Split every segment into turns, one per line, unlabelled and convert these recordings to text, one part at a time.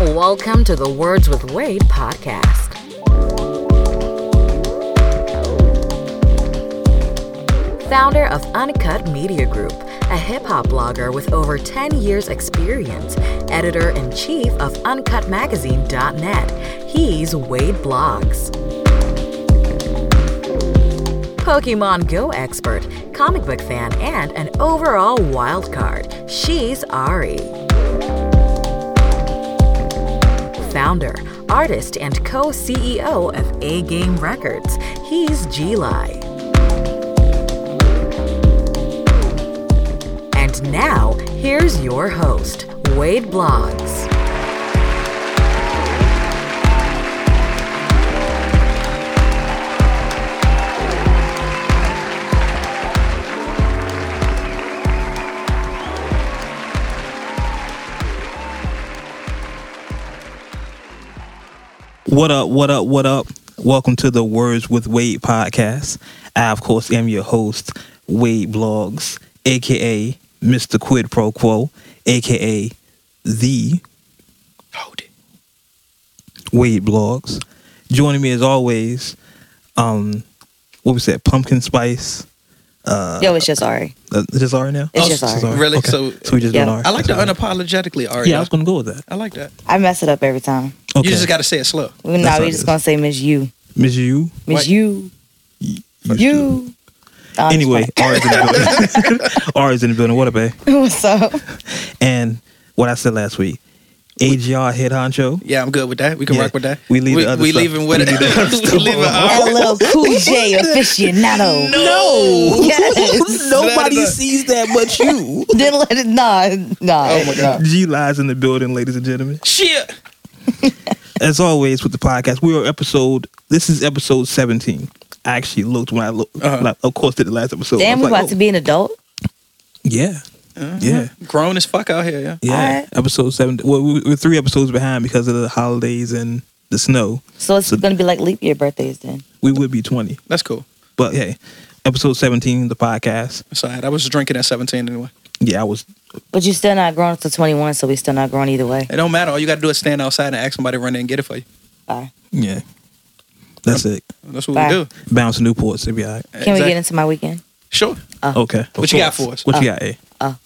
Welcome to the Words with Wade podcast. Founder of Uncut Media Group, a hip hop blogger with over 10 years' experience, editor in chief of UncutMagazine.net, he's Wade Blogs. Pokemon Go expert, comic book fan, and an overall wild card, she's Ari. founder, artist, and co CEO of A Game Records. He's G Lai. And now, here's your host, Wade Blogs.
What up, what up, what up? Welcome to the Words with Wade podcast. I, of course, am your host, Wade Blogs, aka Mr. Quid Pro Quo, aka the Hold it. Wade Blogs. Joining me as always, um, what was that? Pumpkin Spice. Uh,
Yo, it's just Ari.
uh, is this Ari now?
It's
Oh,
just
this is
Ari.
Really?
Okay.
So-
we just
Yeah.
doing Ari.
I like the
That's Ari.
unapologetically Ari.
Yeah, I was gonna go with that.
I like that.
I mess it up every time.
Okay.
You just got to say it slow.
We
That's
now
how
we
it
just
is.
gonna say Miss You,
Miss you.
Miss
Wait.
You, You. Nah, I'm just
Anyway, Ari's in the building. Ari's in the building. What up, babe?
playing. what's up?
And what I said last week, AGR head honcho.
Yeah, I'm good with that. We can
Yeah.
rock with that.
We leave
we,
the other
we
stuff.
leaving with
We leave the other
it. we
stuff
leaving Ari.
LL Cool J aficionado.
No.
Yes.
Nobody
sees that but you.
Didn't let it. Nah, nah.
Oh my god.
G lies in the building, ladies and gentlemen.
Shit.
As always with the podcast, we are episode. This is episode seventeen. I actually looked when I looked.
Uh-huh.
like, of course, did the last episode. I
Damn, we
was like,
about to
oh,
be Uh-huh. an adult.
Yeah, yeah,
Grown as fuck out here. Yeah.
yeah.
Alright.
Episode seven. Well, we- we're three episodes behind because of the holidays and the snow.
So it's
So-
gonna be like leap year birthdays then.
We would be twenty,
That's cool.
but hey, episode seventeen, the podcast.
That's all right. I was drinking at 17 anyway.
Yeah, I was
But you're still not grown up to 21, so we still not grown either way.
It don't matter. All you got to do is stand outside and ask somebody to run in and get it for you.
Bye.
Yeah. That's it.
That's what
Bye.
we do.
Bounce to Newports. It'll be all right.
Can we get into my weekend?
Sure.
Okay.
What you got for us?
What you got, A?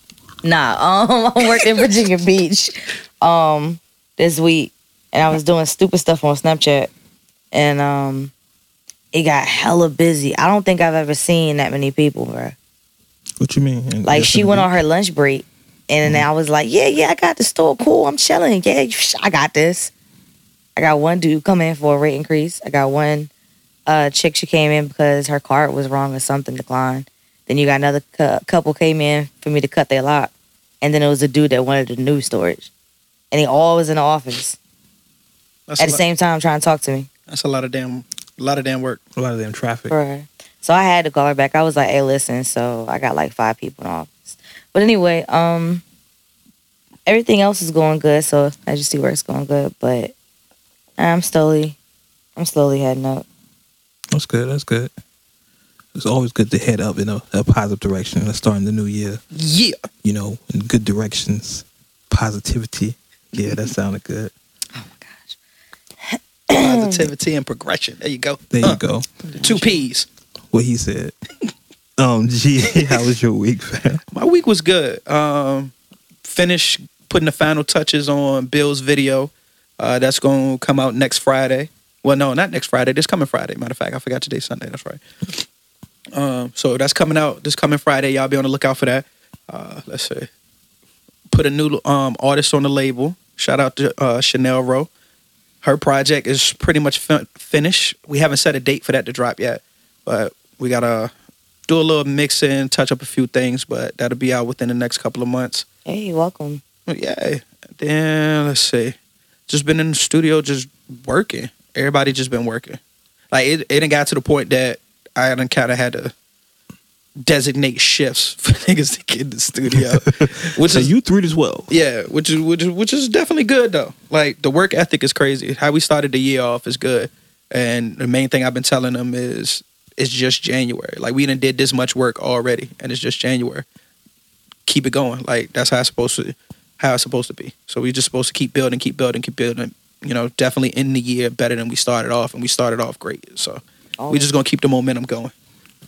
Nah, um, I worked in Virginia Beach, um, this week, and I was doing stupid stuff on Snapchat, and um, it got hella busy. I don't think I've ever seen that many people, bro.
What you mean?
Like she went on her lunch break, and then I was like, yeah, yeah, I got the store, cool, I'm chilling, yeah, psh, I got this. I got one dude come in for a rate increase. I got one uh, chick she came in because her card was wrong or something declined. Then you got another cou- couple came in for me to cut their lock, and then it was a dude that wanted the new storage, and they all was in the office
That's
at
a
the
lot-
same time trying to talk to me.
That's a lot of damn, a lot of damn work.
A lot of them traffic.
Bruh. So I had to call her back. I was like, "Hey, listen." So I got like five people in the office. But anyway, um, everything else is going good. So I just see where it's going good. But I'm slowly, I'm slowly heading up.
That's good. That's good. It's always good to head up in a, a positive direction. Let's start in the new year,
Yeah.
you know, in good directions. Positivity. Yeah, that sounded good.
Positivity and progression. There you go.
There
Huh.
you go.
Two P's.
What he said. Um, G, how was your week, fam?
My week was good. Um, finished putting the final touches on Bill's video. Uh, that's going to come out next Friday. Well, no, not next Friday. This coming Friday. Matter of fact, I forgot today's Sunday. That's right. Um, so that's coming out this coming Friday. Y'all be on the lookout for that. Uh, let's see. Put a new um, artist on the label. Shout out to uh, Chanel Rowe. Her project is pretty much fin- finished. We haven't set a date for that to drop yet, but we got to do a little mixing, touch up a few things, but that'll be out within the next couple of months.
Hey, welcome.
But yeah. Then let's see. Just been in the studio, just working. Everybody just been working. Like it, it done got to the point that I done kind of had to designate shifts for niggas to get in the studio, which
So
is
you three to twelve.
yeah, which is which is which is definitely good though. Like the work ethic is crazy. How we started the year off is good, and the main thing I've been telling them is it's just January. Like we done did this much work already, and it's just January. Keep it going. Like that's how it's supposed to how it's supposed to be. So we're just supposed to keep building, keep building, keep building. You know, definitely end the year better than we started off, and we started off great. So we're just gonna keep the momentum going.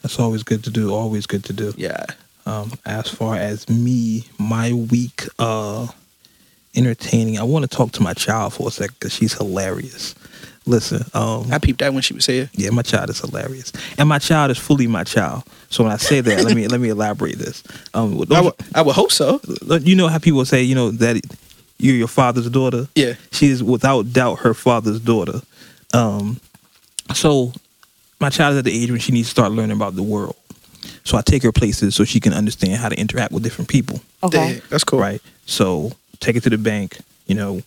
That's always good to do. Always good to do.
Yeah.
Um, as far as me, my week uh, entertaining. I want to talk to my child for a second because she's hilarious. Listen, um,
I peeped that when she was here.
yeah, my child is hilarious, and my child is fully my child. So when I say that, let me let me elaborate this. Um, with
I
those-
would, I would hope so.
you know how people say, you know, that you're your father's daughter.
Yeah.
She is without doubt her father's daughter. Um, so my child is at the age when she needs to start learning about the world. So I take her places so she can understand how to interact with different people.
Okay.
Yeah, that's cool.
Right. So take her to the bank, you know,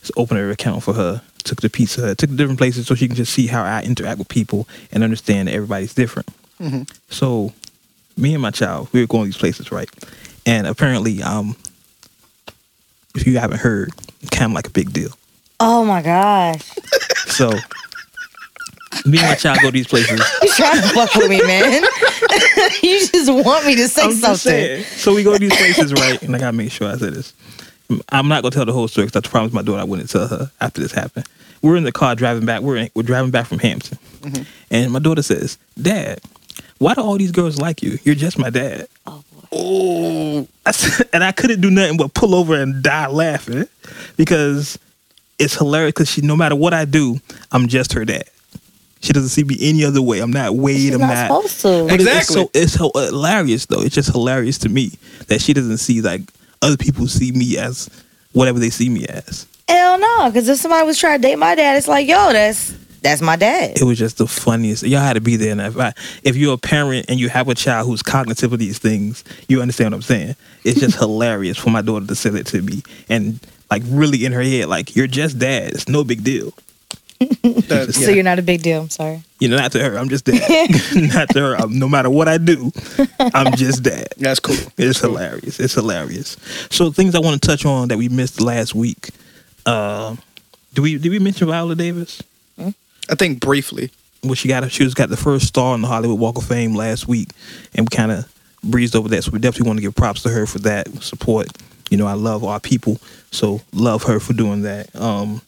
just open her account for her, took the piece of her, took the different places so she can just see how I interact with people and understand that everybody's different. So me and my child, we were going to these places, right? And apparently, um, if you haven't heard, kind of like a big deal.
Oh my gosh.
So me and my child go to these places.
You trying to fuck with me, man. you just want me to say
I'm just
something.
saying. So we go to these places, right? And I gotta make sure I say this. I'm not gonna tell the whole story because I promised my daughter I wouldn't tell her after this happened. We're in the car driving back. We're in, we're driving back from Hampton,
Mm-hmm.
and my daughter says, "Dad, why do all these girls like you? You're just my dad."
Oh, boy.
Oh,
I said- and I couldn't do nothing but pull over and die laughing because it's hilarious. Because she, no matter what I do, I'm just her dad. She doesn't see me any other way. I'm not Wade.
She's
I'm
not
not
supposed to.
but it-
Exactly.
It's so it's so hilarious though. It's just hilarious to me that she doesn't see like other people see me as whatever they see me as.
Hell no, because if somebody was trying to date my dad, it's like, yo, that's that's my dad.
It was just the funniest. Y'all had to be there. And if I, if you're a parent and you have a child who's cognitive of these things, you understand what I'm saying. It's just hilarious for my daughter to say that to me and like really in her head, like you're just dad. It's no big deal.
that,
So you're not a big deal. I'm sorry.
You know, not to her. I'm just dad. not to her. I'm, no matter what I do, I'm just dad.
that's cool.
It's hilarious. It's hilarious. So things I want to touch on that we missed last week. Uh, do we did we mention Viola Davis?
I think briefly.
Well, she got she was got the first star on the Hollywood Walk of Fame last week, and we kind of breezed over that. So we definitely want to give props to her for that support. You know, I love our people, so love her for doing that. Um,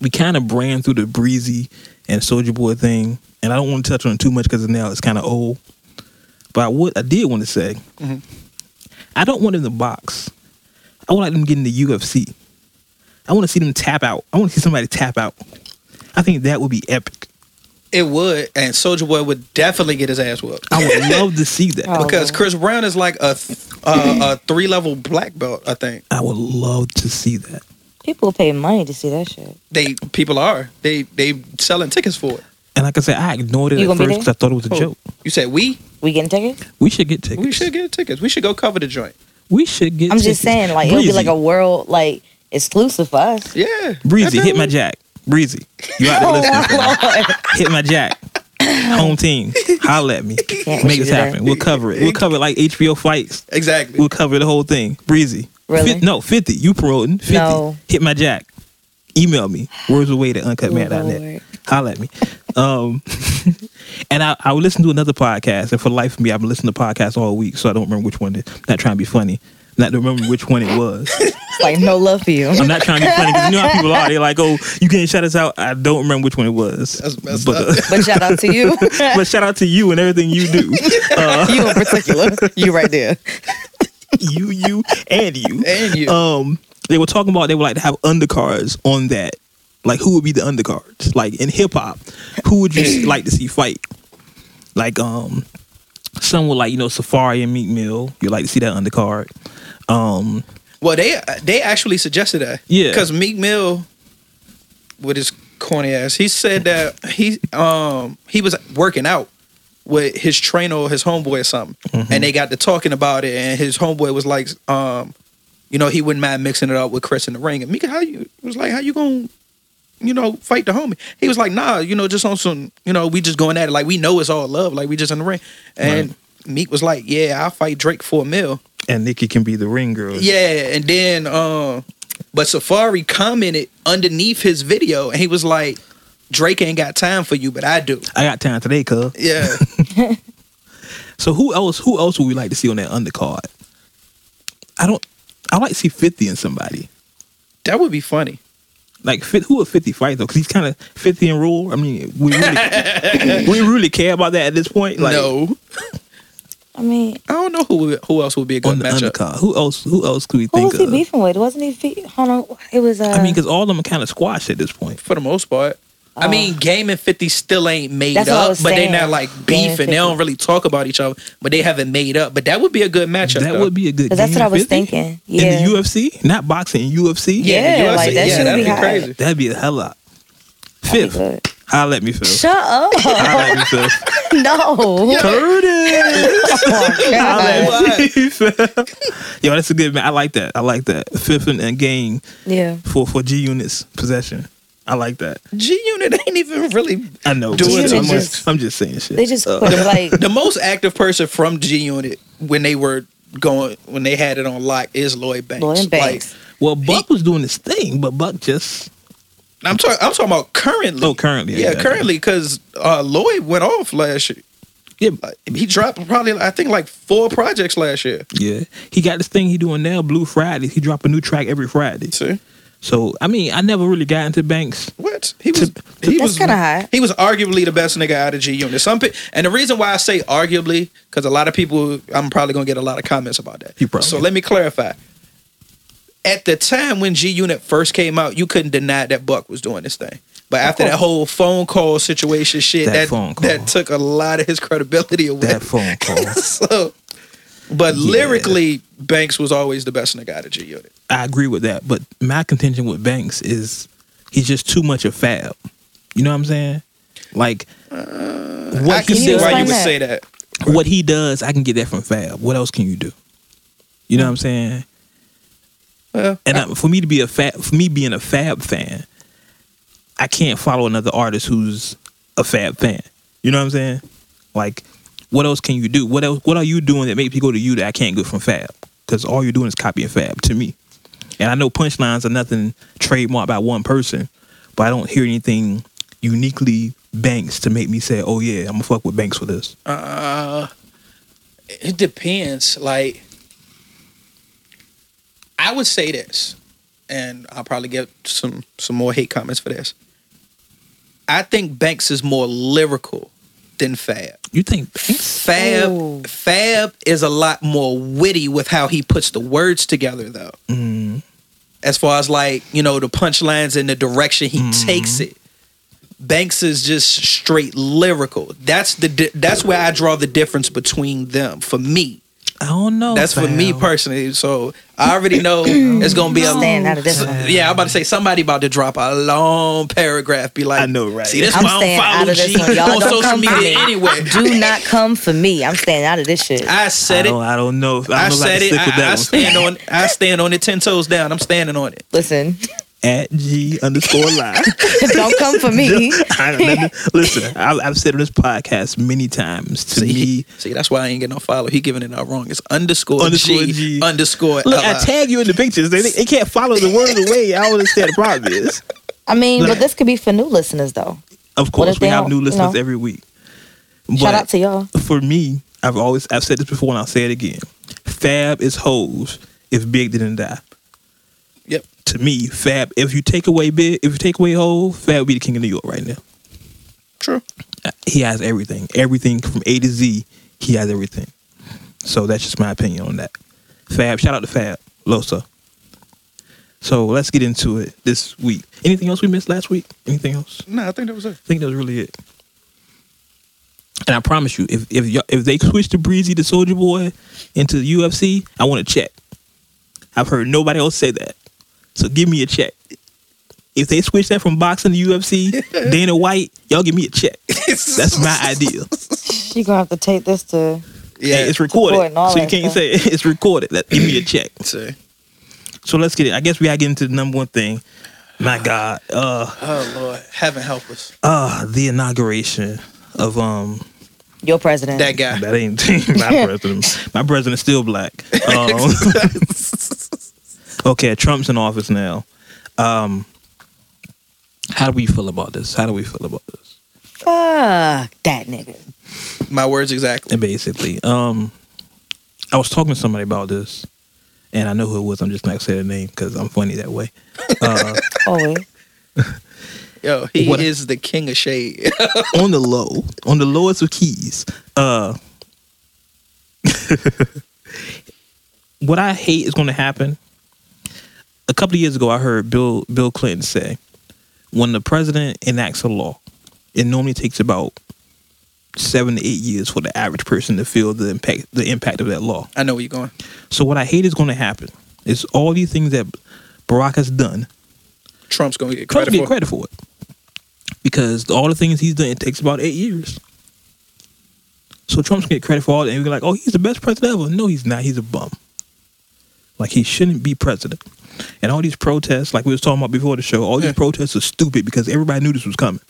we kind of ran through the breezy and Soldier Boy thing, and I don't want to touch on it too much because now it's kind of old. But I would, I did want to say, I don't want them to box. I want them to get in the UFC. I want to see them tap out. I want to see somebody tap out. I think that would be epic.
It would, and Soldier Boy would definitely get his ass whooped.
I would love to see that.
Oh.
because Chris Brown is like a th- uh, a three level black belt. I think
I would love to see that.
People pay money to see that shit.
they people are they they selling tickets for it.
And like I said, I ignored it
You
at
gonna
first
be
because I
there?
thought it was a
Oh,
joke.
You said we
We getting tickets?
We should get tickets.
we should get tickets. We should go cover the joint.
We should get.
I'm
tickets.
just saying, like it'll be
Breezy.
like a world like exclusive for us.
Yeah,
breezy.
That's
Hit my
right.
jack, breezy. You out
Oh,
there listening? hit my jack. Home team, holla at me.
wait
Make
to
this
do that.
happen. We'll cover it. We'll cover it like HBO fights.
Exactly.
We'll cover the whole thing. Breezy.
Really?
Fif- no, 50. You promoting. 50.
No.
Hit my jack. Email me. Words away to uncut
Lord.
Holla at me. Um, and I, I would listen to another podcast. And for the life of me, I've been listening to podcasts all week, so I don't remember which one. It, not trying to be funny. Not to remember which one it was.
It's like no love for you.
I'm not trying to be funny because you know how people are. They're like, oh, you can't shout us out. I don't remember which one it was.
That's messed
but,
up.
But shout out to you.
but shout out to you and everything you do.
you in particular. You right there.
you, you, and you.
And you.
um they were talking about they would like to have undercards on that like who would be the undercards like in hip-hop who would you s- like to see fight like um some would like you know safari and meat mill you like to see that undercard um
well, they they actually suggested that.
Yeah.
Because Meek Mill, with his corny ass, he said that he um he was working out with his trainer or his homeboy or something, and they got to talking about it, and his homeboy was like, um, you know, he wouldn't mind mixing it up with Chris in the ring, and Meek, how you was like, how you gonna. You know, fight the homie. He was like, "Nah, you know, just on some. You know, we just going at it like we know it's all love. Like we just in the ring." And Meek was like, "Yeah, I'll fight Drake for a mill."
and nikki can be the ring girl
Yeah, and then um but Safari commented underneath his video and he was like, Drake ain't got time for you, but I do.
i got time today cuz
Yeah.
so who else who else would we like to see on that undercard i don't I like to see Fifty in somebody.
That would be funny.
Like fit, who would Fifty fight though? Because he's kind of Fifty and rule. I mean, we really, we really care about that at this point. Like
no,
I mean,
I don't know who would- who else would be a good
on the
matchup.
undercard, who else? Who else could we
who
think
was he
of?
beefing with? Wasn't he? Fe- hold on, it was. Uh,
I mean, because all of them are kind of squashed at this point.
for the most part. I
Oh.
mean, Game and Fifty still ain't made
That's what I
up,
was
but they
saying.
not like
Game and
beefing.
50.
They don't really talk about each other, but they haven't made up. But that would be a good matchup.
That
though.
would be a good.
'cause that's
game,
what I was
50?
thinking.
In
Yeah,
the UFC, not boxing, UFC.
yeah, the
Yeah,
UFC,
like, that
yeah,
should
that'd
be
be
hot.
crazy.
that'd be a hell lot.
That'd be
Fifth,
good.
holla at me, Phil.
Shut up!
Holla at me, Phil.
no.
Curtis.
God.
Holla at me, Phil. Yo, that's a good man. I like that. I like that. Fifth and, and game
Yeah.
for for G Unit's possession. I like that.
G Unit ain't even really
I know.
G
but
Unit
I'm
just-
just, I'm just saying shit.
They just
Uh,
quit. Like,
the most active person from G Unit when they were going when they had it on lock is Lloyd Banks.
Lloyd Banks.
well, Buck was doing his thing, but Buck just
Like, I'm talking. I'm talking about currently.
oh currently
yeah,
okay.
currently because uh, Lloyd went off last year.
yeah
Like, He dropped probably I think like four projects last year.
yeah he got this thing he doing now Blue Friday he drop a new track every Friday
See
so I mean I never really got into Banks
what he was? He
That's
was
kinda hot.
He was arguably the best nigga out of G Unit. Some pe- and the reason why I say arguably because a lot of people I'm probably gonna get a lot of comments about that.
You probably
So
will.
let me clarify. At the time when G Unit first came out, you couldn't deny that Buck was doing this thing. But after that whole phone call situation shit,
That
that
phone call.
that took a lot of his credibility away.
that phone call
so, but
Yeah.
lyrically, Banks was always the best nigga out of G Unit.
I agree with that. But my contention with Banks is he's just too much of Fab. You know what I'm saying? Like
I
what
can
he
see
you
does,
why you
explain
would
that?
say that.
what he does, I can get that from Fab. What else can you do? You know what I'm saying?
Well,
And I, for me to be a Fab, for me being a Fab fan, I can't follow another artist who's a Fab fan. You know what I'm saying? Like, what else can you do? What else? What are you doing that makes me go to you that I can't get from Fab? Because all you're doing is copying Fab to me. And I know punchlines are nothing trademarked by one person, but I don't hear anything uniquely Banks to make me say, "Oh yeah, I'm gonna fuck with Banks for this."
Uh, it depends. Like, I would say this, and I'll probably get some some more hate comments for this. I think Banks is more lyrical than Fab.
You think Banks?
Fab
Ooh.
Fab is a lot more witty with how he puts the words together, though.
Mm-hmm.
Mm,
As far as like you know the punchlines and the direction he
Mm-hmm.
takes it. Banks is just straight lyrical. That's the di- that's where I draw the difference between them for me.
I don't
Oh,
know.
That's for me
Fab.
personally. So I already know it's gonna be a
Staying Mm-hmm. out of this one.
Yeah, I'm about to say somebody about to drop a long paragraph. Be like,
I know, right?
See, this
I'm
why I
staying
don't
out
follow
of this
G
one. Y'all
on
don't
social
come for
media
me.
anyway.
do not come for me. I'm staying out of this shit.
I said
I
it.
don't, I don't know. If, I
I
don't know
said
if
it.
I can stick with that
I, I
one.
stand on. I stand on it ten toes down. I'm standing on it.
Listen,
At G underscore live.
don't come for me.
I don't know. Listen, I, I've said on this podcast many times. To
See,
me,
see, that's why I ain't getting no follow. He giving it out wrong. It's underscore,
Underscore
G,
G.
underscore.
look, I
LI.
tag you in the pictures. They, they can't follow the word away. I don't understand the problem is.
I mean, but
Look.
this could be for new listeners though.
Of course,
if
we
they
have
don't,
new
you
listeners
know?
every week. But
Shout out to y'all.
for me, I've always I've said this before and I'll say it again. Fab is hoes if Big didn't die.
Yep.
To me, Fab. If you take away Big, if you take away Ho, Fab would be the king of New York right now.
True.
he has everything. Everything from A to Z, he has everything. So that's just my opinion on that. Fab, shout out to Fab Losa. So let's get into it this week. Anything else we missed last week? Anything else?
No, I think that was it.
I think that was really it. And I promise you, if if y'all, if they switch the Breezy to Soldier Boy into the UFC, I want to check. I've heard nobody else say that, so give me a check. If they switch that from boxing to UFC, Dana White, y'all give me a check. That's my idea.
She gonna have to take this to.
Yeah,
And it's recorded,
Recording all
so you
that
can't
stuff.
say it's recorded. Let, give me a check.
See.
So let's get it. I guess we gotta get into the number one thing. My God, uh,
Oh Lord, heaven help us.
uh, the inauguration of um
Your president.
That guy.
That ain't my president. My president's still black. Um, okay, Trump's in office now. Um, how do we feel about this? How do we feel about this?
Fuck that nigga.
My words exactly.
And basically, um, I was talking to somebody about this, and I know who it was. I'm just not gonna say the name because I'm funny that way. Uh,
Always.
Yo, he
What-
is the king of shade.
on the low, on the lowest of keys. Uh, what I hate is going to happen. A couple of years ago, I heard Bill Bill Clinton say, "When the president enacts a law, it normally takes about seven to eight years for the average person to feel the impact the impact of that law."
I know where you're going.
So what I hate is going to happen is all these things that Barack has done
Trump's gonna get
Trump
credit
get
for. it.
credit for it because all the things he's done it takes about eight years. So Trump's gonna get credit for all that, and we're like, oh, he's the best president ever. No, he's not. He's a bum. Like he shouldn't be president. And all these protests, like we was talking about before the show, all these
Yeah.
protests are stupid because everybody knew this was coming.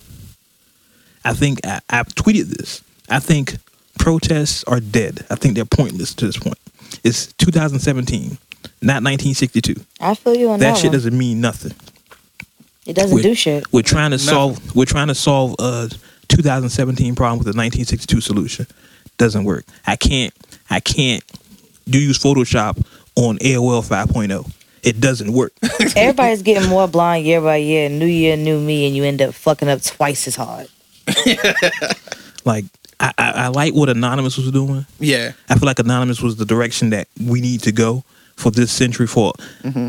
I think I, I tweeted this. I think protests are dead. I think they're pointless to this point. It's 2017, not 1962.
I feel you on that.
That shit
one.
doesn't mean nothing
it doesn't
with-
do shit.
we're trying to
Nothing.
solve we're trying to solve a 2017 problem with a 1962 solution doesn't work i can't i can't do use photoshop on aol 5.0 oh. it doesn't work
Everybody's getting more blind year by year. New year, new me, and you end up fucking up twice as hard.
like I, I, I like what anonymous was doing
Yeah,
i feel like anonymous was the direction that we need to go for this century for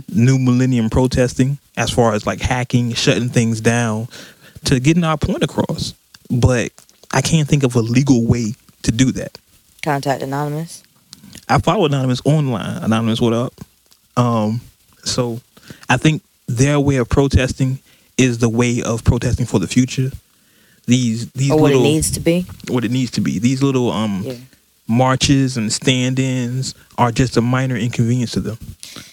new millennium protesting as far as like hacking shutting things down to getting our point across but i can't think of a legal way to do that
Contact anonymous.
I follow Anonymous online. Anonymous, what up? Um, so I think their way of protesting is the way of protesting for the future. These these
or what
little
it needs to be.
what it needs to be. These little um
Yeah.
marches and stand-ins are just a minor inconvenience to them.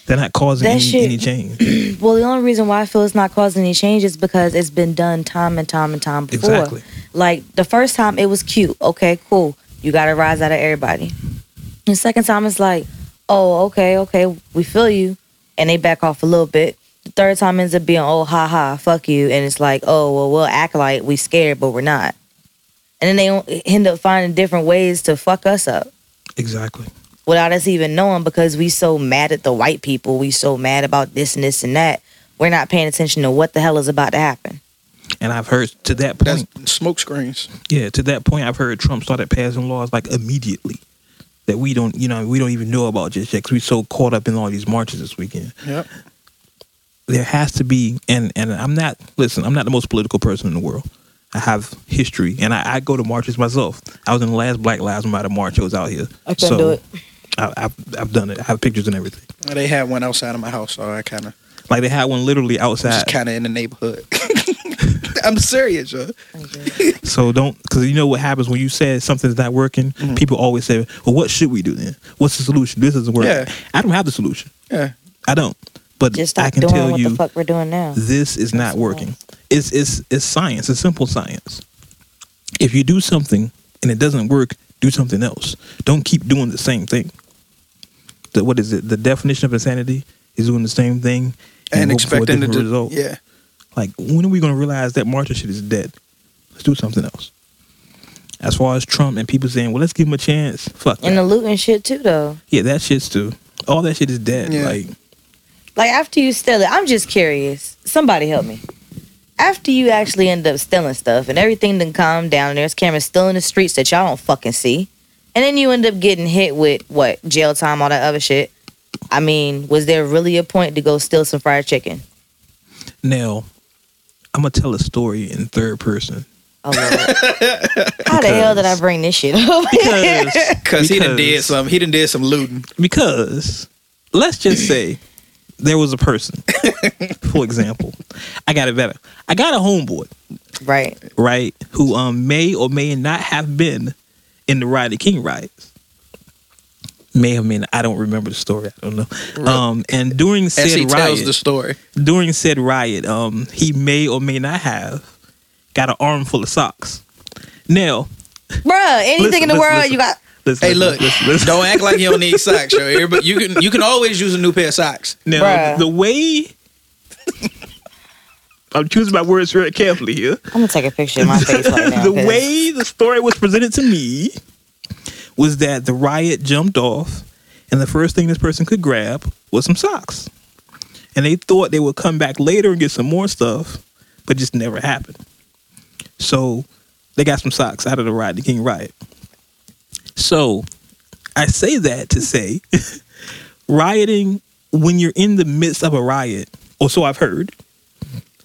They're not causing
That
any,
shit-
any change.
Well, the only reason why I feel it's not causing any change is because it's been done time and time and time before.
Exactly.
Like the first time, it was cute. Okay, cool. You got to rise out of everybody. The second time, it's like, oh, okay, okay, we feel you, and they back off a little bit. The third time ends up being, oh, ha ha, fuck you, and it's like, oh, well, we'll act like we scared, but we're not. And then they end up finding different ways to fuck us up
Exactly.
without us even knowing because we so mad at the white people, we so mad about this and this and that. We're not paying attention to what the hell is about to happen.
And I've heard to that
that's
point,
smoke screens.
yeah, to that point, I've heard Trump started passing laws like immediately that we don't, you know, we don't even know about just yet because we're so caught up in all these marches this weekend.
Yep.
there has to be and and i'm not listen i'm not the most political person in the world i have history and i, I go to marches myself i was in the last black lives matter march i was out here
I couldn't do it.
I, I've, I've done it i have pictures and everything
They had one outside of my house, so I kind of
like they had one literally outside
just kind of in the neighborhood. I'm serious, yo.
so don't because you know what happens when you said something's not working
Mm-hmm.
people always say well what should we do then what's the solution this isn't working
Yeah.
i don't have the solution
Yeah,
i don't but
Just
i
stop
can
doing
tell
what
you
the fuck we're doing now.
this is not
That's
working.
nice.
It's it's it's science. It's simple science. If you do something and it doesn't work, do something else. Don't keep doing the same thing. The, what is it? The definition of insanity is doing the same thing
and,
hope for a
expecting to
different
do.
result.
Yeah,
Like when are we going to realize that Martha shit is dead? Let's do something else. As far as Trump and people saying, "Well, let's give him a chance." Fuck
And the
that.
loot and shit too, though.
yeah, that shit's too. All that shit is dead.
Yeah.
Like
Like after you steal it, I'm just curious. Somebody help me. After you actually end up stealing stuff and everything then calm down, there's cameras still in the streets that y'all don't fucking see, and then you end up getting hit with what jail time, all that other shit. I mean, was there really a point to go steal some fried chicken?
now, I'm gonna tell a story in third person
Oh, Lord. How the hell did I
Because-
bring this shit up?
because
because he done did
because-
some. He done did some looting.
because let's just say there was a person, for example, I got it better. I got a homeboy,
right.
right, who um may or may not have been in the Ride the King riots. May or may not. I don't remember the story. I don't know. Um, and during said
As he
riot,
tells the story,
during said riot, um, he may or may not have got an armful of socks. Now,
Bruh, anything
Listen,
in the
listen,
world
listen.
you got.
listen,
hey,
listen,
look,
listen, listen.
don't act like you don't need socks, yo. Everybody, you can you can always use a new pair of socks.
Now,
Bruh.
the way I'm choosing my words very carefully here.
I'm gonna take a picture of my face right now.
the
'cause
way the story was presented to me was that the riot jumped off And the first thing this person could grab was some socks. And they thought they would come back later and get some more stuff, but it just never happened. So they got some socks out of the riot, the King Riot. So I say that to say rioting when you're in the midst of a riot, or so I've heard,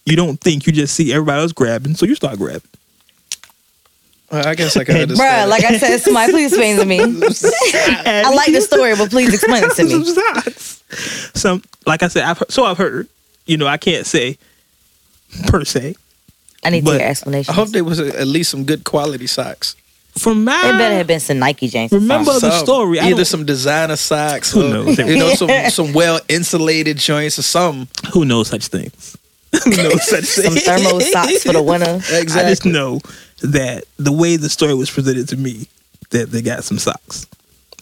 you don't think you just see everybody else grabbing, so you start grabbing.
Well, I guess I can understand.
Bruh,
it.
like I said, somebody please explain to me. I like the story, but please explain it to
some
me.
socks. Some, like I said, I've heard, so I've heard. You know, I can't say per se
I need to
But
hear
I
explanations.
hope there was a, at least some good quality socks.
from my.
it better have been some Nike James.
Remember
socks.
the story, I
Either
don't-
some designer socks,
Who
or,
knows?
you know, some some well insulated joints or something.
Who knows such things? Who knows such
some
things?
thermo socks for the winter.
I just know that the way the story was presented to me, that they got some socks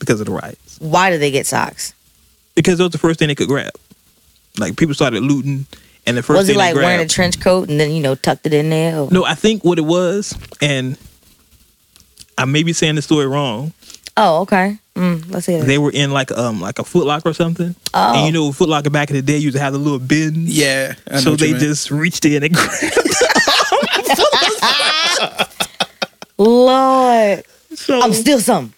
because of the riots.
Why do they get socks?
Because that was the first thing they could grab. Like people started looting, and the first
was
thing
he like
they grabbed,
wearing a trench coat and then you know tucked it in there? Or-
No, I think what it was, and I may be saying the story wrong.
Oh, okay. Mm, let's hear it.
They were in like um like a Foot Locker or something,
Oh.
and you know Foot Locker back in the day used to have the little bins.
Yeah. I know
so
what you
they
mean.
just reached in and grabbed.
Lord,
So
I'm still some.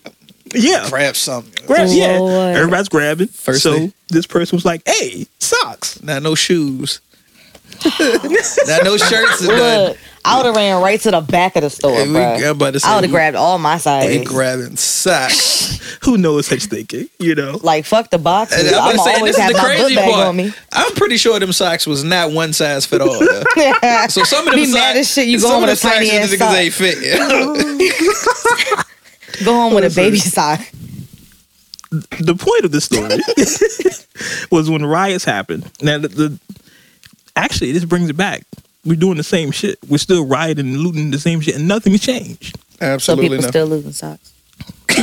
yeah,
grab something.
grab, yeah.
Lord.
Everybody's grabbing.
First
so
thing.
this person was like, "Hey, socks."
Not no shoes. Not no shirts and nothing.
Look, I would have ran right to the back of the store,
Hey, we-
bruh.
I'm about to say
I would have
we-
grabbed all my
They
sizes.
grabbing socks.
Who knows such thinking? You know,
like fuck the boxes.
And I'm
I'm
about to say,
always
this
have
is the
my book
crazy
bag on me.
part. I'm pretty sure them socks was not one size fit all. though. so some of them
Be
socks,
mad as shit you
some
going
of
with
the
a tiny
socks
ass
niggas
sock.
ain't fit.
Go home with a baby sock.
the point of the story was when riots happened. Now, the, the actually, this brings it back. We're doing the same shit. We're still rioting and looting the same shit, and nothing's changed.
So
Absolutely
people
not.
still losing socks.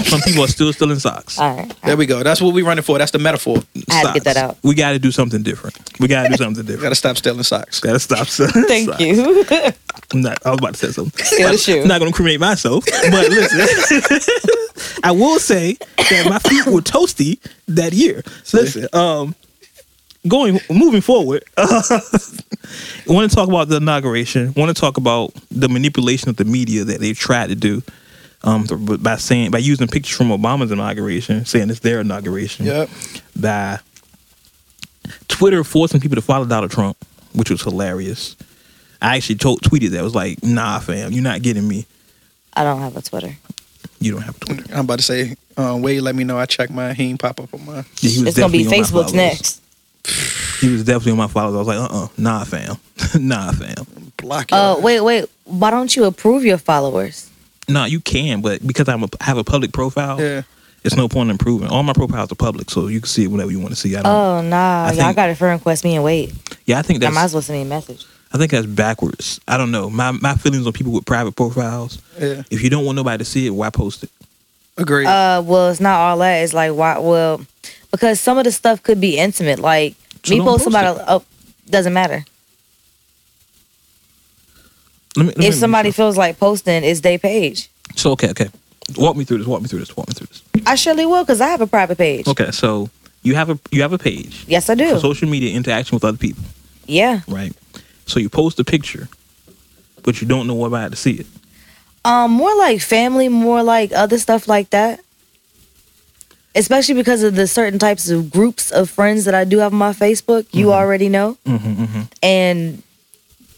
Some people are still stealing socks.
All right,
There we go. That's what we running for. That's the metaphor. You
I had to get
Socks.
that out.
We got to do something different. We got to do something different.
gotta stop stealing socks.
Gotta stop. stealing
Thank
socks.
you.
I'm not, I was about to say something.
Steal the shoe.
I'm not gonna incriminate myself, but listen, I will say that my feet were toasty that year. Listen, um, going moving forward, I want to talk about the inauguration. Want to talk about the manipulation of the media that they've tried to do um, th- by saying by using pictures from Obama's inauguration, saying it's their inauguration.
Yep.
By Twitter forcing people to follow Donald Trump, which was hilarious. I actually told, tweeted that I was like, "Nah, fam, you're not getting me.
I don't have a Twitter.
You don't have a Twitter."
I'm about to say, um, Wade, let me know. I check mine. He ain't pop up on mine.
Yeah, he was
It's gonna be
definitely on my
Facebook's
followers.
next.
He was definitely on my followers. I was like, "Uh, uh nah, fam, nah, fam."
Block it.
Uh, wait, wait. Why don't you approve your followers?
No, you can, but because I'm a, I have a public profile,
yeah.
it's no point in improving. All my profiles are public, so you can see it whenever you want to see. I don't.
Oh nah,
Uh, I
y'all
think-
got to friend request me and wait.
yeah, I think
I
that's.
might as well send me a message.
I think that's backwards. I don't know. My my feelings on people with private profiles.
Yeah.
If you don't want nobody to see it, why post it?
Agreed.
Uh, well, it's not all that. It's like why? Well, because some of the stuff could be intimate. Like
So
me
don't
post
post
about oh, doesn't matter.
Let me, let me-
If somebody feels like posting, it's their page.
So okay, okay. Walk me through this. Walk me through this. Walk me through this.
I surely will because I have a private page.
Okay, so you have a you have a page
Yes, I
for
do.
social media interaction with other people,
Yeah.
right? So you post a picture, but you don't know what about to see it.
Um, more like family, more like other stuff like that. Especially because of the certain types of groups of friends that I do have on my Facebook, you already know,
Mm-hmm, mm-hmm.
and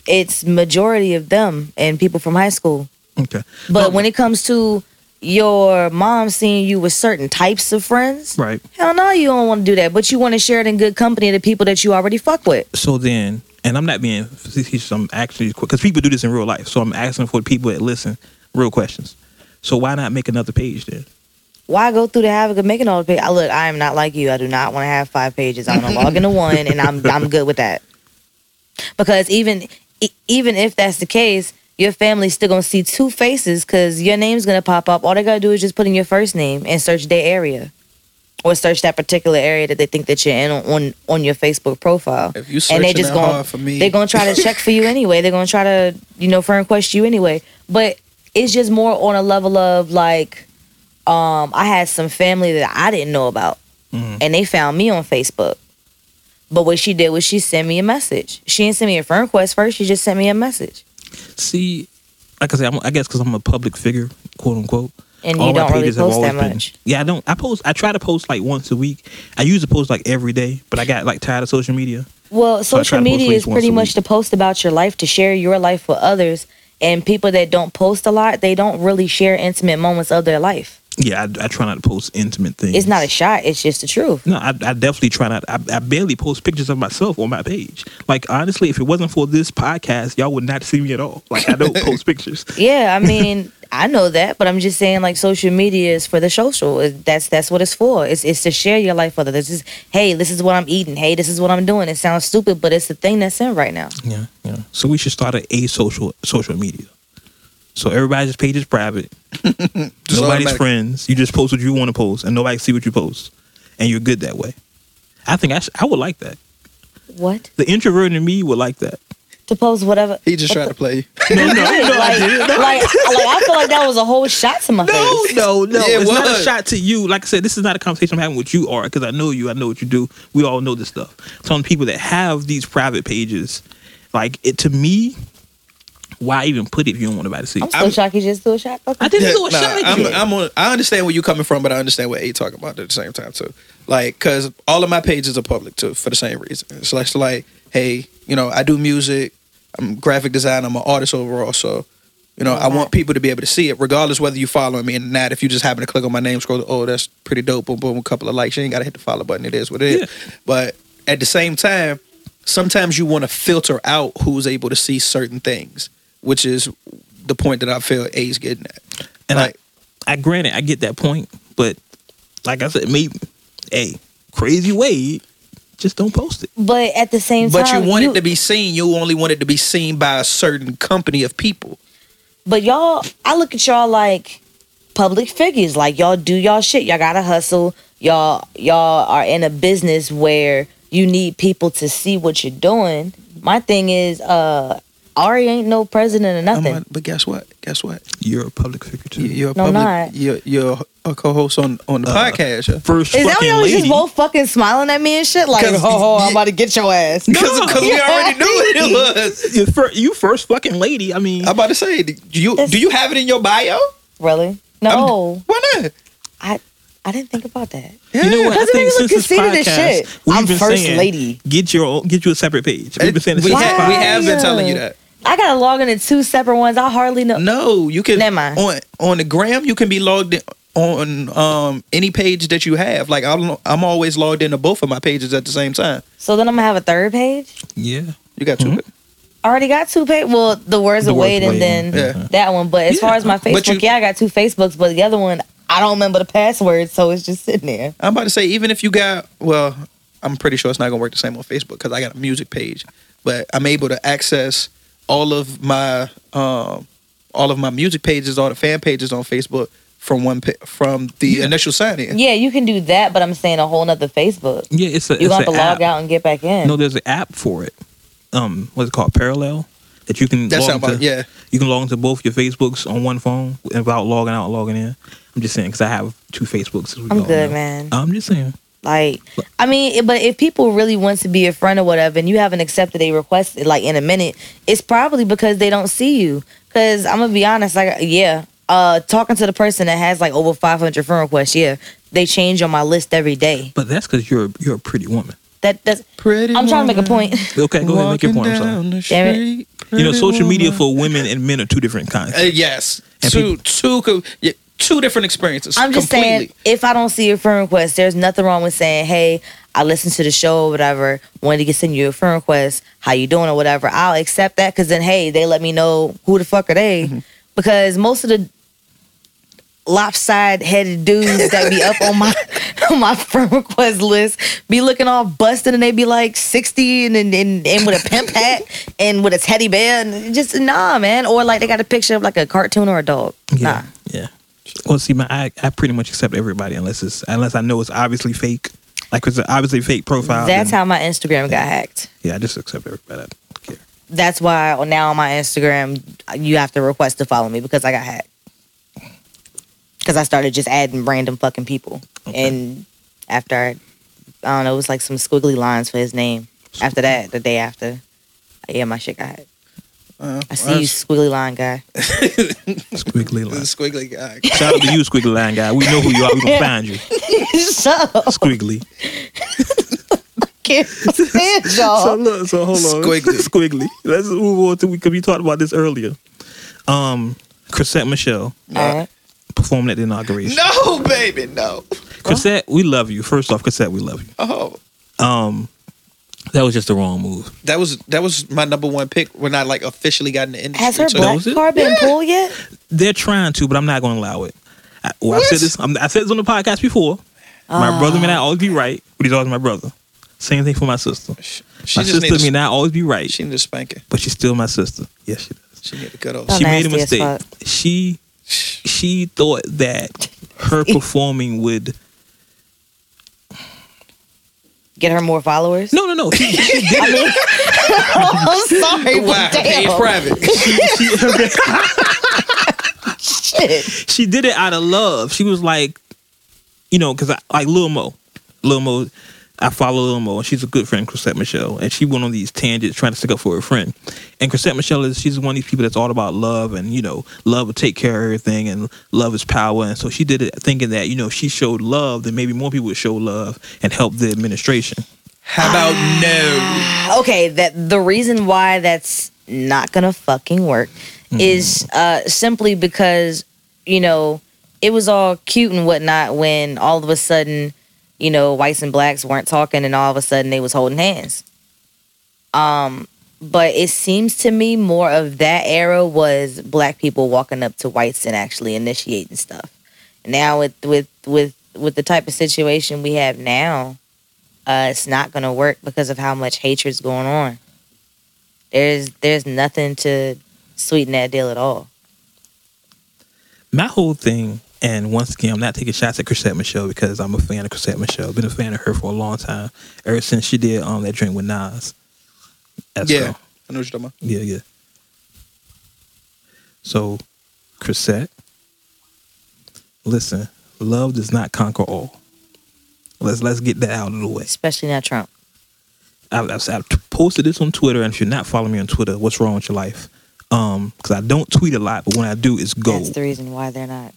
it's majority of them and people from high school.
Okay,
But when it comes to your mom seeing you with certain types of friends,
right.
hell no, you don't want to do that. But you want to share it in good company to people that you already fuck with.
So then, and I'm not being facetious. I'm actually because people do this in real life. So I'm asking for the people that listen real questions. So why not make another page then?
why go through the havoc of making all the pages? I look, I am not like you. I do not want to have five pages. I want to log into one, and I'm I'm good with that. Because even e- even if that's the case, your family's still gonna see two faces because your name's gonna pop up. All they gotta do is just put in your first name and search their area, or search that particular area that they think that you're in on on, on your Facebook profile.
if you
and
searching
they
that
just gonna-
hard for me,
They're gonna try to check for you anyway. They're gonna try to, you know, friend request you anyway. But it's just more on a level of like, um, I had some family that I didn't know about
Mm-hmm.
Mhm.
and they found me on Facebook. But what she did was she sent me a message. She didn't send me a friend request first. She just sent me a message.
See, like I said, I'm, I guess because I'm a public figure, quote unquote.
And
all
you
my
don't really
pages have
post that
always been-
much.
Yeah, I don't. I post. I try to post like once a week. I used to post like every day, but I got like tired of social media.
Well,
So I try
social
to post at
media
least
is pretty
once a
much
week.
to post about your life, to share your life with others. And people that don't post a lot, they don't really share intimate moments of their life.
Yeah, I, I try not to post intimate things.
It's not a shot, it's just the truth.
No, I, I definitely try not. I, I barely post pictures of myself on my page. Like honestly, if it wasn't for this podcast, y'all would not see me at all. Like I don't post pictures.
Yeah, I mean, I know that, but I'm just saying like social media is for the social. It- That's that's what it's for. It's it's to share your life with others. It's, hey, this is what I'm eating. Hey, this is what I'm doing. It sounds stupid, but it's the thing that's in right now.
Yeah, yeah. So we should start an a social social media. So everybody's page is private.
Just
nobody's
automatic.
friends. You just post what you want to post, and nobody see what you post, and you're good that way. I think I sh- I would like that.
What?
The introvert in me would like that.
To post whatever.
He just tried to play you.
No, no, no,
like, like, like, I feel like that was a whole shot to my face.
no, no, no.
Yeah,
it's not a
what?
shot to you. Like I said, this is not a conversation I'm having with you, Art, because I know you. I know what you do. We all know this stuff. Telling people that have these private pages, like it to me, why even put it if you don't want nobody to see?
I'm
it?
still
I'm-
shocked you just threw a shot. Okay.
I didn't do a
Nah,
shot. at
I'm,
you.
I'm on, I understand where you're coming from, but I understand what A talking about at the same time too. Like, cause all of my pages are public too for the same reason. It's like, it's like, hey, you know, I do music. I'm graphic design. I'm an artist overall, so you know, I want people to be able to see it, regardless whether you following me or not. If you just happen to click on my name, scroll, oh, that's pretty dope. Boom, boom, a couple of likes. You ain't gotta hit the follow button. It is what it is.
Yeah.
But at the same time, sometimes you want to filter out who's able to see certain things, which is the point that I feel A's getting at.
And
like,
I, I granted, I get that point, but like I said, maybe, hey, crazy Wade, just don't post it.
But at the same
But you
time,
want it to be seen. You only want it to be seen by a certain company of people.
But y'all, I look at y'all like public figures. Like y'all do y'all shit. Y'all gotta hustle. Y'all y'all are in a business where you need people to see what you're doing. My thing is, uh, Ari ain't no president or
I'm
nothing.
not- but guess what? Guess what?
You're a public figure too.
You- You're a
No, I'm
public,
not.
You're, you're a co-host on, on the
Uh,
podcast. yeah.
First
Is that why
fucking
y'all
lady.
just both fucking smiling at me and shit? Like, ho
'Cause-
ho, I'm about to get your ass.
Because because we already knew what it was.
you, fir- you first fucking lady. I mean,
I'm about to say, do you do you have it in your bio?
Really?
I'm-
No,
Why not?
I didn't think about that.
you know what? I
Doesn't
think
even
since this
consider
podcast,
this shit.
we've
I'm
been
first
saying,
lady.
Get your own, get you a separate page. We've been saying this
we,
shit.
since
ha- we
five.
have been telling you that.
I gotta log into two separate ones. I hardly know.
No, you can
Never mind.
on on the gram. You can be logged in on um any page that you have. Like I'm I'm always logged into both of my pages at the same time.
So then I'm gonna have a third page.
yeah,
You got 2
Mhm.
I already got two page. Well, the words
The
of
Words
Wade and
Wade,
then
yeah.
that one. But as
Yeah,
far as my
but
Facebook,
you-
yeah, I got two Facebooks, but the other one I don't remember the password, so it's just sitting there.
I'm about to say, even if you got, well, I'm pretty sure it's not gonna work the same on Facebook because I got a music page, but I'm able to access all of my um, all of my music pages, all the fan pages on Facebook from one pa- from the
Yeah.
initial sign in.
Yeah, you can do that, but I'm saying a whole nother Facebook.
yeah. It's a
You're
it's
gonna have
a
to
app.
log out and get back in.
No, there's an app for it. Um, what's it called? Parallel that you can.
That's
log
how about
into-
yeah.
You can log into both your Facebooks on one phone without logging out, and logging in. I'm just saying because I have two Facebooks. as we
I'm
all
good,
know.
man.
I'm just saying.
Like, I mean, it- but if people really want to be a friend or whatever, and you haven't accepted a request like in a minute, it's probably because they don't see you. Because I'm gonna be honest, like, yeah, uh, talking to the person that has like over 500 friend requests, yeah, they change on my list every day.
But that's because you're you're a pretty woman.
That that's
Pretty.
I'm trying to
Mm-hmm.
make a point.
Okay, go ahead and make your point. I'm sorry.
Damn it.
You know, social media for women and men are two different kinds.
uh, yes,
And
two two co- yeah, two different experiences.
I'm just
completely.
saying, if I don't see your friend request, there's nothing wrong with saying, "Hey, I listened to the show or whatever. Wanted to get send you a friend request. How you doing or whatever." I'll accept that because then, hey, they let me know who the fuck are they, because most of the lopside headed dudes that be up on my on my friend request list be looking all busted and they be like 60 and and, and, and with a pimp hat and with a teddy bear and it just nah man or like they got a picture of like a cartoon or a dog nah
Yeah, yeah. Well, see, my I, I pretty much accept everybody unless it's unless I know it's obviously fake. Like it's an obviously fake profile.
That's
then-
how my Instagram got hacked.
Yeah, I just accept everybody. I don't care.
That's why now on my Instagram, you have to request to follow me because I got hacked. Because I started just adding random fucking people.
Okay.
And after I, I don't know, it was like some squiggly lines for his name. After that, the day after, yeah, my shit got.
Uh,
I see you, squiggly line guy.
Squiggly line.
squiggly guy.
Shout out to you, Squiggly Line guy. We know who you are. We gonna find you,
so
Squiggly.
can't stand
So
y'all.
look, so hold on.
Squiggly.
Squiggly. Let's move on to because we talked about this earlier. Um, Chrisette Michelle
All right.
performed at the inauguration.
No, baby, no.
Chrisette, we love you. First off, Chrisette, we love you.
Oh,
Um, that was just the wrong move.
that was that was my number one pick when I like officially got in the industry.
Has her
so-
black
was it?
car been pulled yet?
They're trying to, but I'm not going to allow it. I, well, I
What? Ah.
said this. I'm, I said this on the podcast before. my brother may not always be right, but he's always my brother. Same thing for my sister.
She,
my
just
sister
needs
may not always be right,
she needs a spanking.
but she's still my sister. Yes, she does.
She need a good old.
Oh,
she made a
nasty as
mistake.
fuck.
She she thought that her performing would
Get her more followers?
no no no she, she,
I'm sorry.
Wow,
but
pay
damn.
private.
Shit.
she did it out of love. She was like, you know, because I like Lil Mo, Lil Mo. I follow Lil Mo, and she's a good friend, Chrisette Michelle, and she went on these tangents trying to stick up for her friend. And Chrisette Michelle is she's one of these people that's all about love, and you know, love will take care of everything, and love is power. And so she did it thinking that you know if she showed love, then maybe more people would show love and help the administration.
How about no?
Okay, that the reason why that's not gonna fucking work is uh simply because, you know, it was all cute and whatnot when all of a sudden, you know, whites and blacks weren't talking and all of a sudden they was holding hands. Um but it seems to me more of that era was black people walking up to whites and actually initiating stuff. Now with with with with the type of situation we have now, uh, it's not gonna work because of how much hatred's going on. There's there's nothing to sweeten that deal at all.
My whole thing, and once again, I'm not taking shots at Chrisette Michelle because I'm a fan of Chrisette Michelle. Been a fan of her for a long time, ever since she did um that drink with Nas. That's
Yeah,
all.
I know what you're talking about.
yeah, yeah. So, Chrisette, listen, love does not conquer all. Let's let's get that out of the way.
Especially now Trump.
I, I, I posted this on Twitter, and if you're not following me on Twitter, what's wrong with your life? Um, because I don't tweet a lot, but when I do, it's
That's
gold.
the reason why they're not.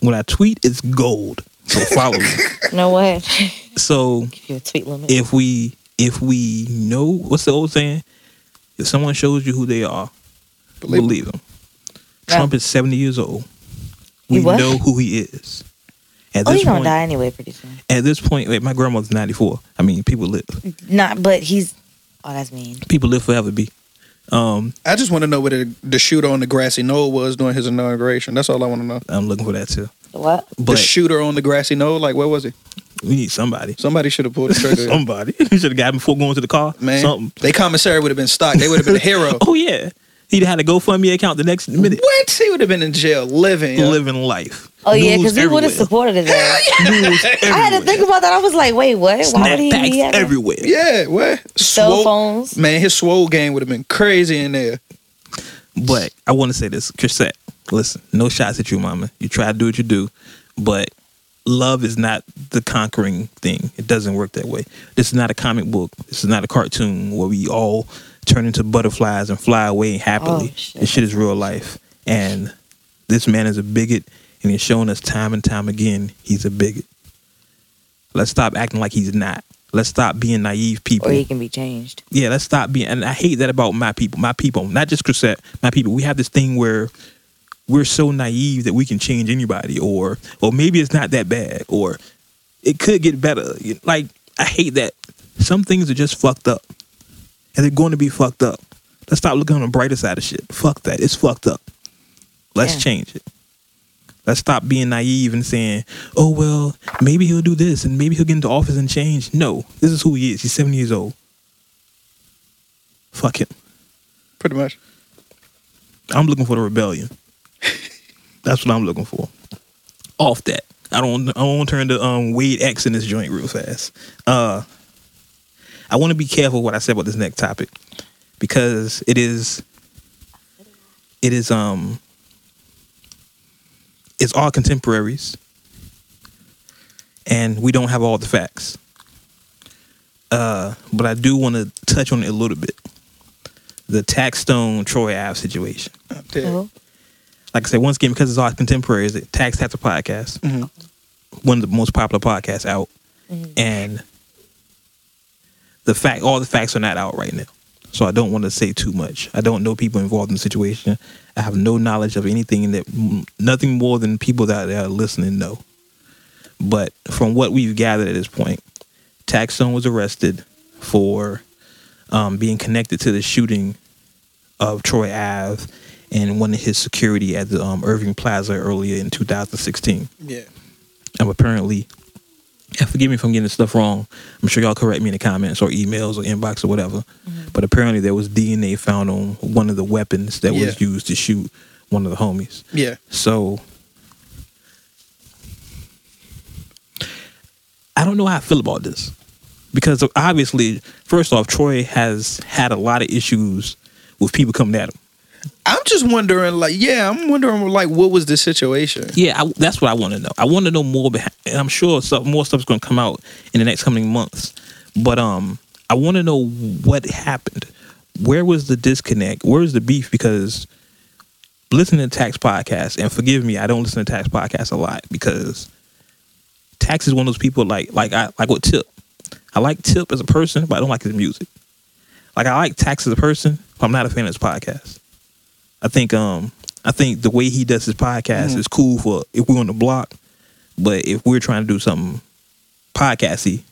When I tweet, it's gold. So follow me.
You know what?
So
Give you a tweet limit.
if we if we know what's the old saying, if someone shows you who they are, believe,
Believe
them.
Yeah.
Trump is seventy years old.
He
We
what?
know who he is. At
oh,
this
he's gonna
point,
die anyway pretty soon.
at this point, wait, my grandmother's ninety four. I mean, people live
Not but he's oh that's mean.
people live forever. Be um,
I just want to know what the, the shooter on the grassy knoll was during his inauguration. That's all I want to know.
I'm looking for that too.
What?
But
the shooter on the grassy knoll, like where was he?
we need somebody.
Somebody should have pulled the trigger.
Somebody you should have got him before going to the car.
Man,
something.
they commissary would have been stocked. They would have been a hero.
Oh yeah, he'd had a GoFundMe account the next minute.
what? He would have been in jail living. yo.
Living life.
Oh yeah,
News
because he would have
everywhere.
supported his ass.
News
I had to
everywhere.
think about that. I was like, wait, what? Why would he be
snapbacks
having
everywhere.
Yeah, what?
cell
Swole-
phones?
Man, his swole game would have been crazy in there.
But I want to say this, Chrisette. Listen, no shots at you, Mama. You try to do what you do, but love is not the conquering thing. It doesn't work that way. This is not a comic book. This is not a cartoon where we all turn into butterflies and fly away happily.
Oh, shit.
This shit is real life, and this man is a bigot, and he's shown us time and time again he's a bigot. Let's stop acting like he's not. Let's stop being naive people
Or he can be changed.
yeah, let's stop being. And I hate that about my people, my people, not just Chrisette, my people. We have this thing where we're so naive that we can change anybody, or or maybe it's not that bad, or it could get better. You- Like I hate that. Some things are just fucked up, and they're going to be fucked up. Let's stop looking on the brighter side of shit. Fuck that. It's fucked up. Let's
Yeah.
change it. Let's stop being naive and saying, "Oh well, maybe he'll do this, and maybe he'll get into office and change." No, this is who he is. He's seventy years old. Fuck him.
Pretty much.
I'm looking for the rebellion. That's what I'm looking for. Off that. I don't. I don't turn to um Wade X in this joint real fast. Uh, I want to be careful what I say about this next topic because it is. It is um. It's all contemporaries. and we don't have all the facts. Uh, but I do want to touch on it a little bit. The Tax Stone Troy Ave situation.
Up there.
Oh,
Like I said, once again, because it's all contemporaries, it Tax Hat the podcast,
Mhm.
one of the most popular podcasts out,
mhm.
and the fact all the facts are not out right now. So I don't want to say too much. I don't know people involved in the situation. I have no knowledge of anything that mm, nothing more than people that are listening know. But from what we've gathered at this point, Taxon was arrested for um, being connected to the shooting of Troy Ave and one of his security at the um, Irving Plaza earlier in 2016.
Yeah.
I'm apparently, and forgive me if I'm getting this stuff wrong. I'm sure y'all correct me in the comments or emails or inbox or whatever. But apparently, there was DNA found on one of the weapons that was
Yeah.
used to shoot one of the homies.
Yeah.
So, I don't know how I feel about this because obviously, first off, Troy has had a lot of issues with people coming at him.
I'm just wondering, like, yeah, I'm wondering, like, what was the situation?
Yeah, I, that's what I want to know. I want to know more, behind, and I'm sure some, more stuff's going to come out in the next coming months. But um, I want to know what happened. Where was the disconnect? Where is the beef? Because listening to Tax Podcast, and forgive me, I don't listen to Tax Podcast a lot because Tax is one of those people like like I like what Tip. I like Tip as a person, but I don't like his music. Like I like Tax as a person, but I'm not a fan of his podcast. I think um I think the way he does his podcast is cool for if we're on the block, but if we're trying to do something podcasty,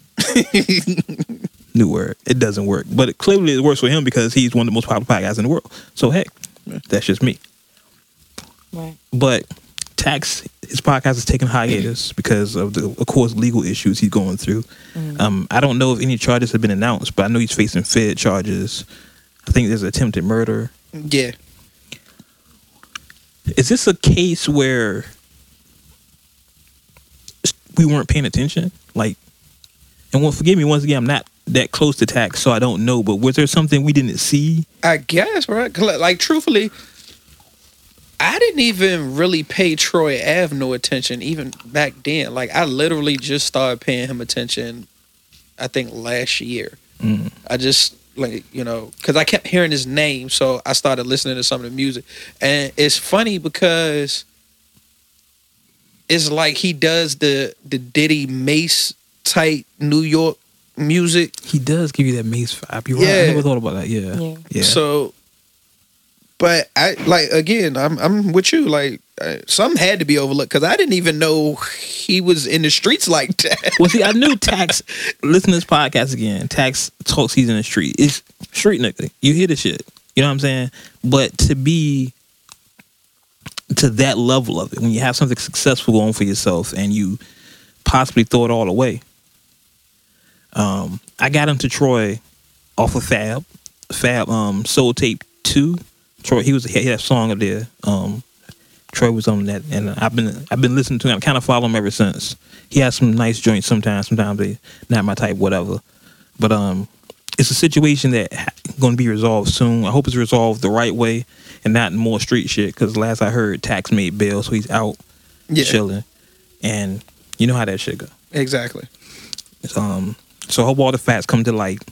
new word, it doesn't work. But it, clearly it works for him because he's one of the most popular podcasts in the world. So heck, that's just me.
Right.
But Tax, his podcast is taking hiatus because of the, of course, legal issues he's going through. Um, I don't know if any charges have been announced, but I know he's facing Fed charges. I think there's attempted murder.
Yeah.
Is this a case where we weren't paying attention? Like, and well, forgive me once again. I'm not that close to Tax, so I don't know. But was there something we didn't see?
I guess, right? 'Cause, Like, truthfully, I didn't even really pay Troy Ave no attention even back then. Like, I literally just started paying him attention, I think, last year.
Mm.
I just, like, you know, because I kept hearing his name, so I started listening to some of the music. And it's funny because it's like he does the, the Diddy Mace type New York music.
He does give you that maze vibe. You're
right. I Yeah. never
thought about that. Yeah.
Yeah.
Yeah.
So, but I like again. I'm I'm with you. Like uh, some had to be overlooked because I didn't even know he was in the streets like that.
well, see, I knew Tax. listen to this podcast again. Tax talks. He's in the street. It's street nigga. You hear the shit. You know what I'm saying? But to be to that level of it, when you have something successful going for yourself and you possibly throw it all away. Um, I got into Troy off of Fab, Fab um, Soul Tape Two. Troy, he was he had a song up there. Um, Troy was on that, and I've been I've been listening to him. I kind of follow him ever since. He has some nice joints sometimes. Sometimes they not my type, whatever. But um, it's a situation that going to be resolved soon. I hope it's resolved the right way and not more street shit. Because last I heard, Tax made bail, so he's out chilling, and you know how that shit go.
exactly.
It's, Um, so I hope all the facts come to light,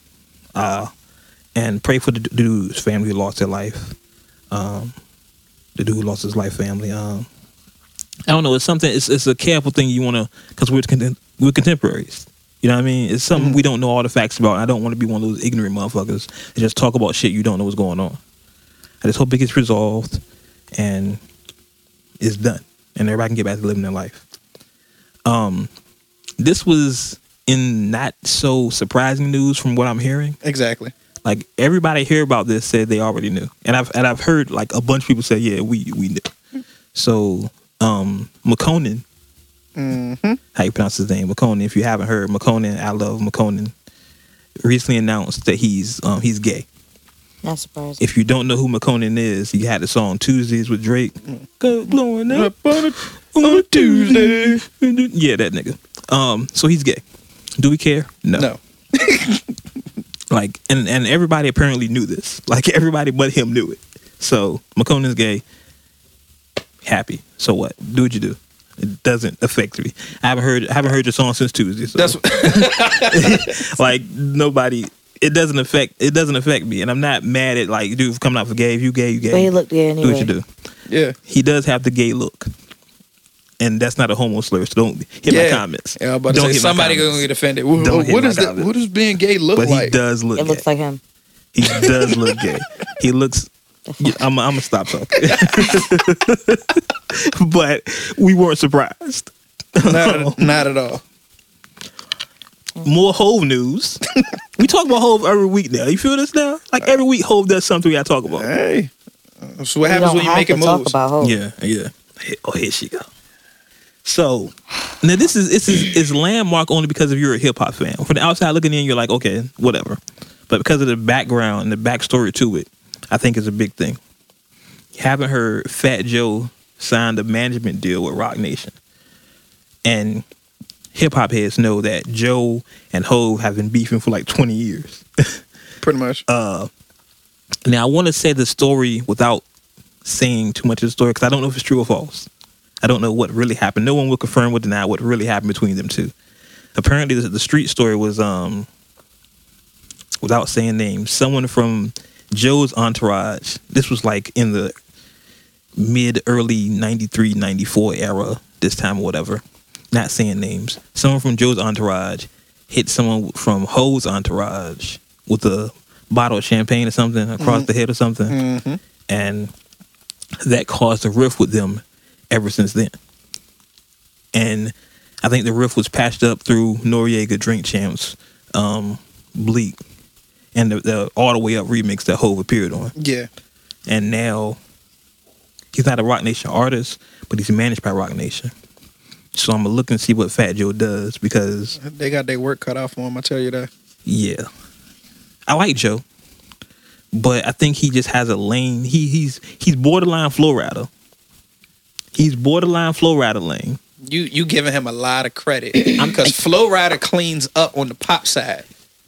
uh, and pray for the d- dude's family who lost their life. Um, the dude who lost his life, family. Um, I don't know. It's something. It's it's a careful thing you want to because we're contem- we're contemporaries. You know what I mean? It's something we don't know all the facts about. I don't want to be one of those ignorant motherfuckers that just talk about shit you don't know what's going on. I just hope it gets resolved and it's done, and everybody can get back to living their life. Um, this was in not so surprising news from what I'm hearing.
Exactly.
Like everybody hear about this said they already knew, and I've and I've heard like a bunch of people say, yeah, we we knew. So, um, McConan,
Mm-hmm.
how you pronounce his name, McConan. If you haven't heard, McConan, I love McConan. Recently announced that he's um he's gay.
Not surprised.
If you don't know who McConan is, he had the song Tuesdays with Drake. Go blowing up. on a Tuesday. Yeah, that nigga. Um, so he's gay. Do we care? No.
No.
Like, and and everybody apparently knew this. Like everybody but him knew it. So McConan's gay. Happy. So what? Do what you do. It doesn't affect me. I haven't heard I haven't heard your song since Tuesday. So
That's
like nobody. It doesn't affect it doesn't affect me, and I'm not mad at like dude for coming out for gay. If you gay, you gay.
But he looked good
do
anyway.
what you do.
yeah.
He does have the gay look, and that's not a homo slur. So don't hit
yeah.
my comments.
Yeah, I'm about to
don't
say,
hit my
somebody gonna
comments.
get offended. Wh-
Don't hit
what
my
is that?
comments.
What does being gay look
But he
like?
does look.
It looks
gay.
like him.
he does look gay. He looks. Yeah, I'm. I'm gonna stop talking. but we weren't surprised.
Not, not at all.
More Hove news. we talk about Hove every week now. You feel this now? Like every week, Hove does something we gotta talk about.
Hey, that's what
We
happens
don't
when you
have
make
to
it
talk
moves.
about hope.
Yeah, yeah. Here- Oh, here she go. So now this is this is is landmark only because of you're a hip hop fan. From the outside looking in, you're like, okay, whatever. But because of the background and the backstory to it, I think is a big thing. Haven't heard Fat Joe signed a management deal with Rock Nation, and hip hop heads know that Joe and Hove have been beefing for like 20 years.
Pretty much.
Uh. Now I want to say the story without saying too much of the story because I don't know if it's true or false. I don't know what really happened. No one will confirm or deny what really happened between them two. Apparently, the, the street story was, um, without saying names, someone from Joe's entourage. This was like in the mid early 93, 94 era, this time or whatever. Not saying names. Someone from Joe's entourage hit someone from Ho's entourage with a bottle of champagne or something across the head or something. And that caused a rift with them ever since then. And I think the rift was patched up through Noriega Drink Champs, um, Bleak, and the, the All the Way Up remix that Hove appeared on
yeah.
and now he's not a Rock Nation artist, but he's managed by Rock Nation. So I'm gonna look and see what Fat Joe does because
They got their work cut off for them. I tell you that.
yeah, I like Joe, but I think he just has a lane. He he's he's borderline flow rider. He's borderline flow rider lane.
You you giving him a lot of credit because Flow Rider cleans up on the pop side.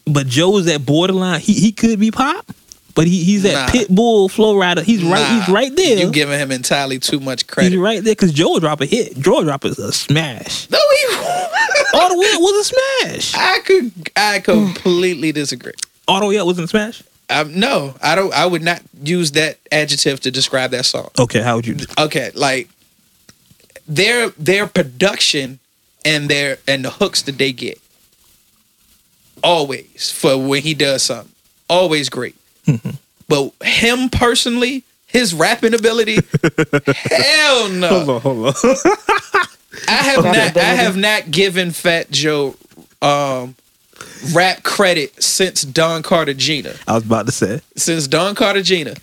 But Joe is that borderline. He he could be pop, but he, he's that
Nah.
pit bull flow rider. He's right. He's
Nah,
right there.
You giving him entirely too much credit.
he's right there because Joe will drop a hit. Joe will drop a, a smash.
No, he.
All the way up was a smash.
I could I completely disagree.
All the way up wasn't a smash.
Um, no, I don't. I would not use that adjective to describe that song.
Okay, how would you?
Okay, like their their production and their and the hooks that they get always for when he does something always great.
Mm-hmm.
but him personally, his rapping ability, hell no.
on, hold on.
I have not I
Rappability.
have not given Fat Joe um rap credit since Don Cartagena.
I was about to say.
Since Don Cartagena.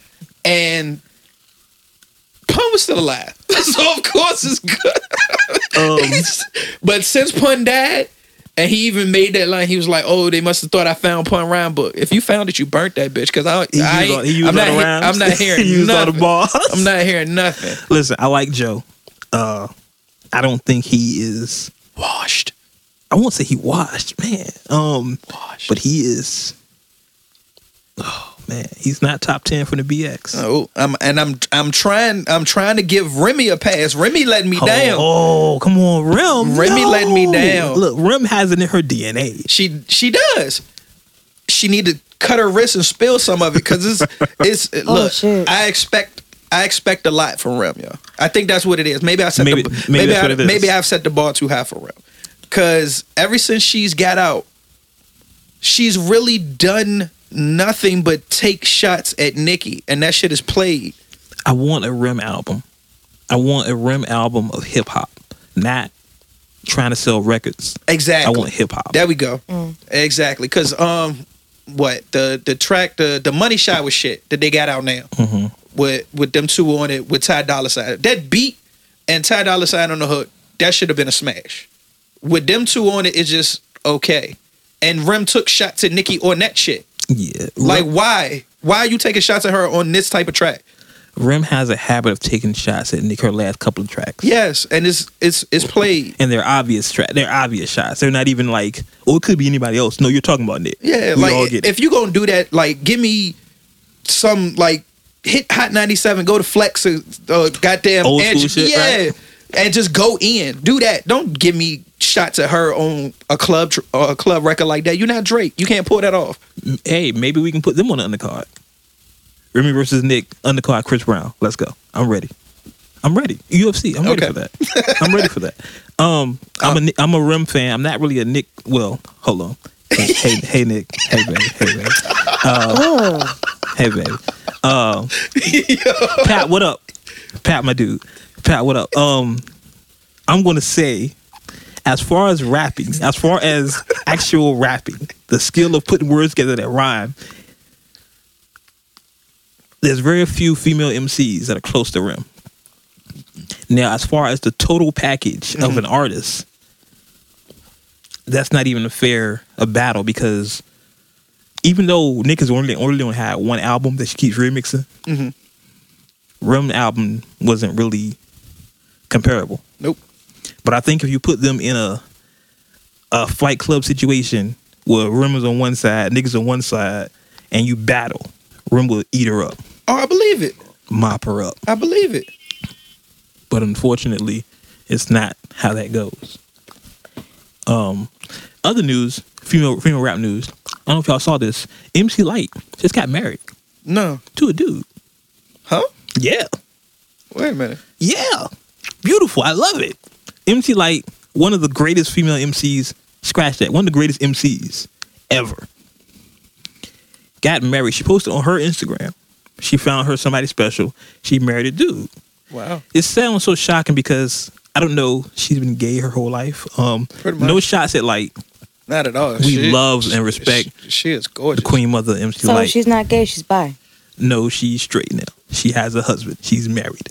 And Pun was still alive. so of course it's good.
Um,
but since Pun died, and he even made that line, he was like, Oh, they must have thought I found Pun Rhyme Book. If you found it, you burnt that bitch. Cause I,
he
I
used all, he used
I'm,
all
not
the
he-
rhymes.
I'm not hearing
he used all
nothing.
the bars.
I'm not hearing nothing.
Listen, I like Joe. Uh, I don't think he is.
Washed.
I won't say he washed, man. Um,
Washed.
but he is. Oh man, he's not top ten from the BX.
Oh, I'm and I'm I'm trying I'm trying to give Remy a pass. Remy letting me
Oh,
down.
Oh, come on, Rem.
Remy
no.
letting me down.
Look, Rem has it in her DNA.
She she does. She need to cut her wrist and spill some of it because it's it's
Oh,
look.
shit.
I expect I expect a lot from Rem, yo. I think that's what it is. Maybe I set
Maybe-
the,
maybe
maybe
that's
I,
what it is.
maybe I've set the bar too high for Rem because ever since she's got out, she's really done nothing but take shots at Nikki, and that shit is played.
I want a Rem album. I want a Rem album of hip hop, not trying to sell records.
Exactly.
I want hip hop.
There we go. Exactly. Cause um what the the track the the money shot was shit that they got out now
Mhm.
with with them two on it with Ty Dolla Sign. That beat and Ty Dolla Sign on the hook, that should have been a smash. With them two on it, it's just okay. And Rem took shots at Nicki on that shit.
Yeah.
Like why? Why are you taking shots at her on this type of track?
Rem has a habit of taking shots at Nick her last couple of tracks.
Yes, and it's it's it's played.
And they're obvious track. They're obvious shots. They're not even like, oh, it could be anybody else. No, you're talking about Nick.
Yeah,
we
like
all get it.
if you gonna do that, like give me some like hit Hot ninety seven, go to Flex, uh, uh, goddamn
Old
Angie-
school shit,
yeah,
right?
and just go in. Do that. Don't give me shots at her on a club tr- or a club record like that. You're not Drake. You can't pull that off.
Hey, maybe we can put them on the undercard. Remy versus Nick, undercard Chris Brown. Let's go. I'm ready. I'm ready. UFC. I'm ready
Okay.
for that. I'm ready for that. Um, I'm a Ni- I'm a Rim fan. I'm not really a Nick. Well, hold on. Hey, hey, hey Nick. Hey, baby. Hey, baby.
Ugh.
Hey, baby. Um, Pat, what up? Pat, my dude. Pat, what up? Um, I'm gonna say, as far as rapping, as far as actual rapping, the skill of putting words together that rhyme. There's very few female MCs that are close to Rim. Now, as far as the total package of an artist, that's not even a fair a battle because even though Nick has only only only had one album that she keeps remixing,
Mhm.
Rim album wasn't really comparable.
Nope.
But I think if you put them in a a fight club situation where Rim is on one side, Nick is on one side, and you battle, Rim will eat her up,
Oh, I believe it.
mop her up.
I believe it.
But unfortunately, it's not how that goes. Um, other news, female female rap news. I don't know if y'all saw this. MC Light just got married
No.
to a dude.
Huh?
Yeah.
Wait a minute.
Yeah. Beautiful. I love it. MC Light, one of the greatest female MCs, scratch that, one of the greatest MCs ever. Got married. She posted on her Instagram. She found her somebody special. She married a dude.
Wow.
It sounds so shocking because I don't know. She's been gay her whole life. Um,
Pretty much.
no shots at like
Not at all.
We love and respect
She, she is
the
gorgeous.
Queen Mother MC
So
Light.
she's not gay. She's bi.
No, she's straight now. She has a husband. She's married.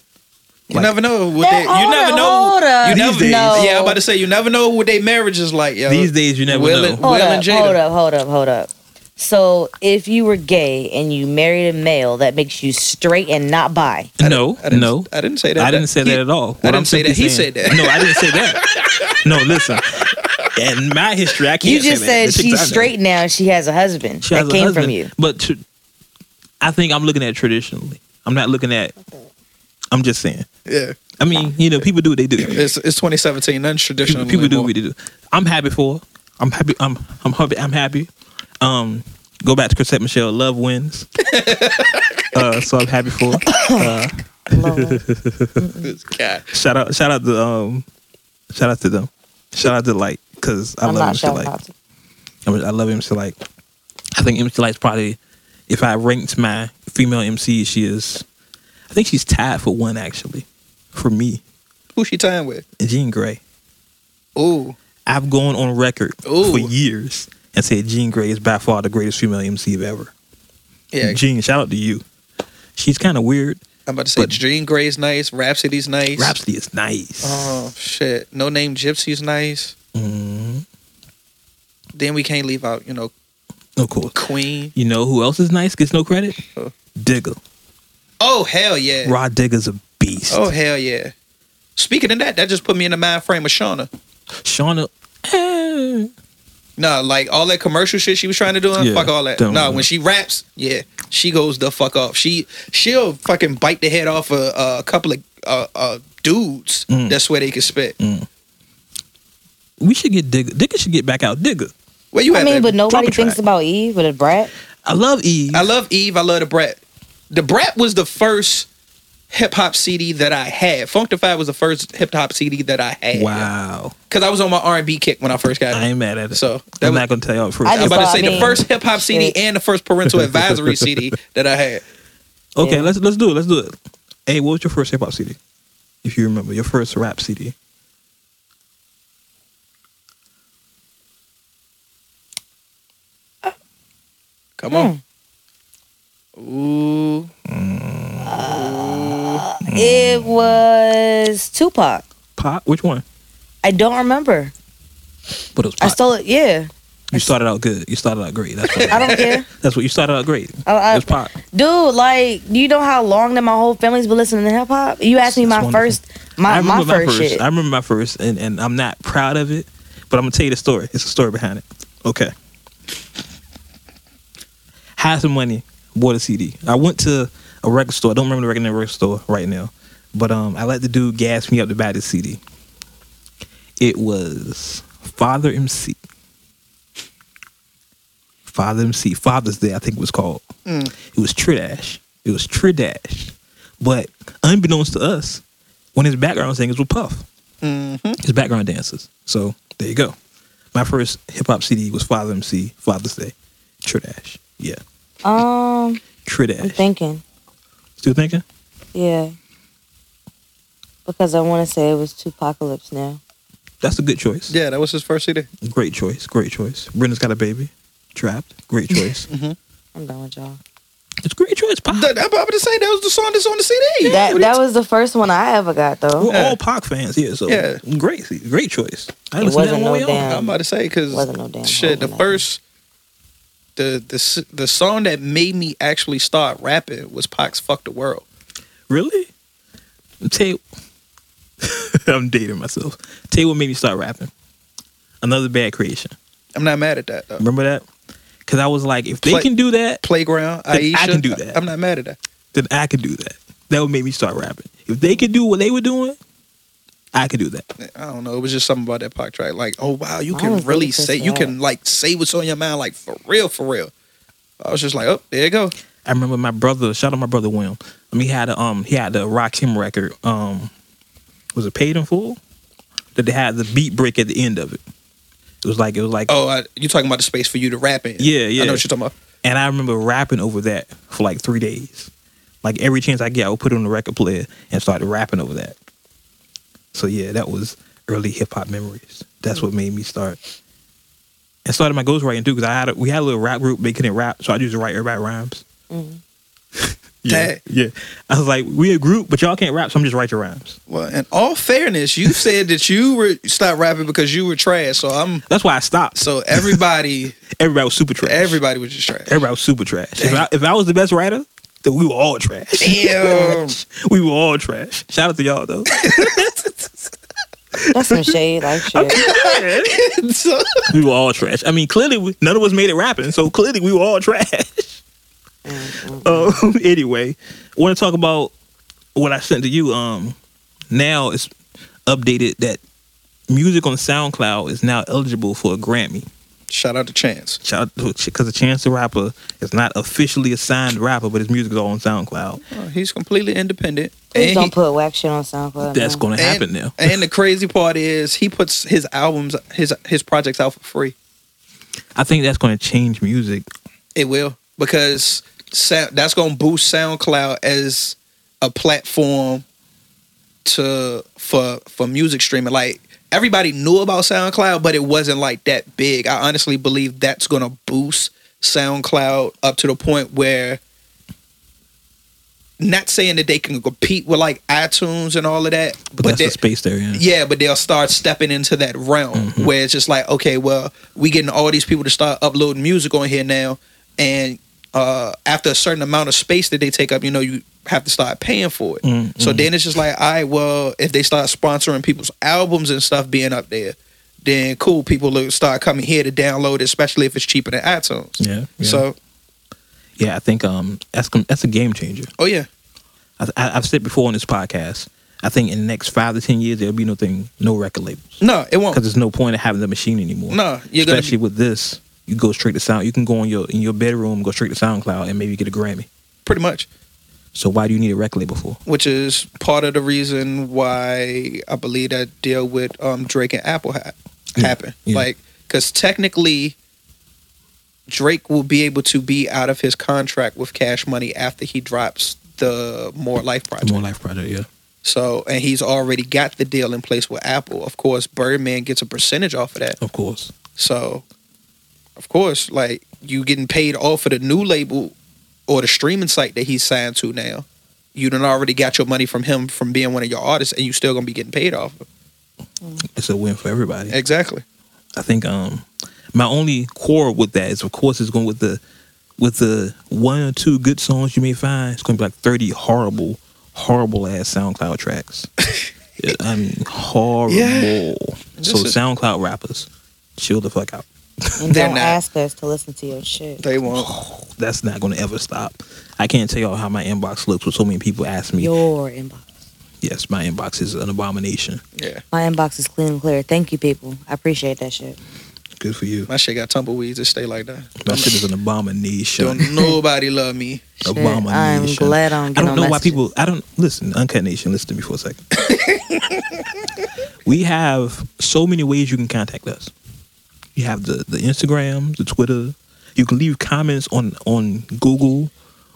You
Like-
never know what they. You
Hold
never
up,
know.
hold up.
You
These
never.
days.
Yeah, I'm about to say you never know what their marriage is like. Yo.
These days, you never
Will
know.
and-
Hold
Will
up,
and Jada.
hold up, hold up, hold up. So if you were gay and you married a male, that makes you straight and not bi.
I didn't-
no,
I didn't,
no.
I didn't say that.
I didn't say
He-
that at all. What
I
I'm
didn't say that.
simply
He
saying-
said that.
No, I didn't say that. no, listen. In my history, I can't.
you just
say
said
that. The chicks
she's
I know,
straight now and she has a husband.
she
that
has a
came from
husband.
you.
But tr- I think I'm looking at it traditionally. I'm not looking at. I'm just saying.
Yeah,
I mean, you know, people do what they do.
it's it's 2017. Nothing's traditional.
people, people do
anymore.
what they do. I'm happy for. her. I'm happy. I'm I'm happy. I'm happy. Um, go back to Chrisette Michelle. Love wins. uh, so I'm happy for. her. Uh,
Lord.
This guy.
shout out! Shout out to um, shout out to them. Shout out to Light because I
I'm
love
not
MC
shouting
Light.
out. to-
I, mean, I love MC Light. I think MC Light's probably if I ranked my female MC, she is. I think she's tied for one actually, for me.
Who she tying with?
Jean Grey.
Ooh,
I've gone on record
Ooh.
for years and said Jean Grey is by far the greatest female MC of ever.
yeah.
Jean, shout out to you. She's kind of weird.
I'm about to say
but-
Jean Grey's nice. Rhapsody's nice.
Rhapsody is nice.
Oh shit! No name Gypsy's nice.
Mhm.
Then we can't leave out, you know,
Of course.
Queen.
You know who else is nice? Gets no credit.
Who?
Digger.
Oh hell yeah!
Rod Digger's a beast.
Oh hell yeah! Speaking of that, that just put me in the mind frame of Shauna.
Shauna. eh,
Nah, like all that commercial shit she was trying to do,
Yeah,
fuck all that.
don't
Nah,
know.
when she raps, yeah, she goes the fuck off. She she'll fucking bite the head off a, a couple of uh, uh, dudes
Mm.
that swear they can spit.
We should get Digger. Digger should get back out. Digger.
Where you at?
I mean, but
baby?
nobody
Drop a track.
thinks about Eve with a brat.
I love Eve.
I love Eve. I love the Brat. The Brat was the first hip hop CD that I had. Funkified was the first hip hop CD that I had.
wow.
Because I was on my R and B kick when I first got it.
I ain't mad at it.
So, that
I'm
was-
not gonna tell y'all first.
I
I'm
just
about to
So,
say
I
the
mean,
first hip hop CD
shit.
and the first parental advisory CD that I had.
Okay,
Yeah.
let's let's do it. Let's do it. Hey, what was your first hip hop CD? If you remember, your first rap CD.
Come
Mm.
on. Ooh.
Uh, It was Tupac.
Pop? Which one?
I don't remember.
But it was
I
pop.
stole it. Yeah,
you started out good. You started out great. That's what
I don't care.
that's what you started out great.
I,
It
I,
was pop.
Dude, like, you know how long that my whole family's been listening to hip hop? You asked me
That's
my
wonderful.
first,
I
my, my
remember
first, shit.
I remember my first and, and I'm not proud of it, but I'm gonna tell you the story. It's a story behind it. Okay. Had some money, bought a CD. I went to a record store. I don't remember the record name of the record store right now. But um, I let the dude gas me up to buy the CD. It was Father MC. Father MC. Father's Day, I think it was called.
Mm.
It was Tridash. It was Tridash. But unbeknownst to us, one of his background singers was Puff.
Mm-hmm.
His background dancers. So there you go. My first hip hop CD was Father MC, Father's Day, Tridash. Yeah,
Um, I'm
Tridash.
thinking.
Still thinking?
Yeah. Because I want to say it was two apocalypse now.
That's a good choice.
Yeah, that was his first CD.
Great choice. Great choice. Brenda's got a baby. Trapped. Great choice.
I'm done with y'all.
it's a great choice. Pac.
Th- I'm about to say that was the song that's on the CD.
That that was the first one I ever got though.
We're all Pac fans here, so
Yeah.
great, great choice. I listened to that
It wasn't
on
no
my own.
damn-
I'm about to say because
Wasn't no damn
shit. The
hole in that.
first, the the s- the song that made me actually start rapping was Pac's "Fuck the World."
Really? Tell you- I'm dating myself. Tell you what made me start rapping. Another bad creation.
I'm not mad at that though.
Remember that? Because I was like, if they
Play-
can do that,
Playground,
I
Aisha.
can do that.
I'm not mad at that.
then I could do that. That would make me start rapping. If they could do what they were doing, I could do that.
I don't know. It was just something about that Pac track. Like, oh wow, you
Mine
can
was
really
really
say, you
Chris
can like say what's on your mind, like for real, for real. I was just like, oh, there you go.
I remember my brother. Shout out my brother William. I mean, he had a um, he had the Rock Him record. Um, was it Paid in Full? That they had the beat break at the end of it. It was like it was like,
Oh, I, you talking about the space for you to rap in?
Yeah,
I
yeah.
know what you're talking about.
and I remember rapping over that for like three days. Like every chance I get, I would put it on the record player and start rapping over that. So yeah, that was early hip hop memories. That's what made me start. And started my ghostwriting too, because I had a, we had a little rap group, they couldn't rap, so I used to write everybody rhymes.
Mhm.
yeah,
Dang.
yeah. I was like, we a group, but y'all can't rap, so I'm just write your rhymes.
Well, in all fairness, you said that you were stopped rapping because you were trash. So I'm.
That's why I stopped.
So everybody,
Everybody was super trash.
everybody was just trash.
everybody was super trash. If I, if I was the best writer, then we were all trash.
Damn.
we were all trash. Shout out to y'all though.
That's some shade like shit.
So-
we were all trash. I mean, clearly we, none of us made it rapping, so clearly we were all trash.
Mm,
Um, anyway, I want to talk about what I sent to you. Um, now it's updated that music on SoundCloud is now eligible for a Grammy.
Shout out to Chance.
Shout because the Chance the Rapper is not officially a signed rapper, but his music is all on SoundCloud.
Oh, he's completely independent.
Please
And
don't
he-
put whack shit on SoundCloud.
That's
no.
going to happen
and,
now.
and the crazy part is he puts his albums, his his projects out for free.
I think that's going to change music.
It will because Sa- that's going to boost SoundCloud as a platform to for for music streaming. Like everybody knew about SoundCloud, but it wasn't like that big. I honestly believe that's going to boost SoundCloud up to the point where not saying that they can compete with like iTunes and all of that,
But, that's
they-
the space there. Yeah.
yeah, but they'll start stepping into that realm where it's just like, okay, well, we getting all these people to start uploading music on here now, and uh, after a certain amount of space that they take up, you know, you have to start paying for it.
Mm,
So then it's just like, all right, well, if they start sponsoring people's albums and stuff being up there, then cool, people will start coming here to download, it, especially if it's cheaper than iTunes.
Yeah, yeah.
So,
yeah, I think um that's gon- that's a game changer.
oh yeah,
I, I, I've said before on this podcast, I think in the next five to ten years there'll be no thing, no record labels,
no, it won't.
because there's no point in having the machine anymore.
No, you're gonna
especially with this, you go straight to sound. You can go in your in your bedroom, go straight to SoundCloud, and maybe get a Grammy.
pretty much.
So why do you need a record label for?
which is part of the reason why I believe that deal with um, Drake and Apple ha-
Yeah,
happened.
yeah.
Like, because technically, Drake will be able to be out of his contract with Cash Money after he drops the More Life
The
project.
More Life Project, yeah.
So, and he's already got the deal in place with Apple. Of course, Birdman gets a percentage off of that.
Of course.
So, of course, like you getting paid off of the new label or the streaming site that he's signed to now. You done already got your money from him from being one of your artists, and you still gonna be getting paid off. of it.
It's a win for everybody.
Exactly.
I think um my only quarrel with that is of course it's going with the with the one or two good songs you may find, it's gonna be like thirty horrible, horrible ass SoundCloud tracks. Yeah, I mean horrible.
Yeah.
So
This is-
SoundCloud rappers, chill the fuck out.
And
They're
don't
not.
ask us to listen to your shit.
They won't.
That's not gonna ever stop. I can't tell y'all how my inbox looks with so many people ask me
Your inbox.
Yes, my inbox is an abomination.
Yeah,
My inbox is clean and clear. Thank you, people. I appreciate that shit.
Good for you.
my shit got tumbleweeds. It stay like that.
That shit is an abomination.
Don't nobody love me.
Shit,
Abomination.
I'm glad I don't
I
get
don't
no
know why
messages.
people. I don't listen. Uncut Nation, listen to me for a second. we have so many ways you can contact us. You have the the Instagram, the Twitter. You can leave comments on on Google,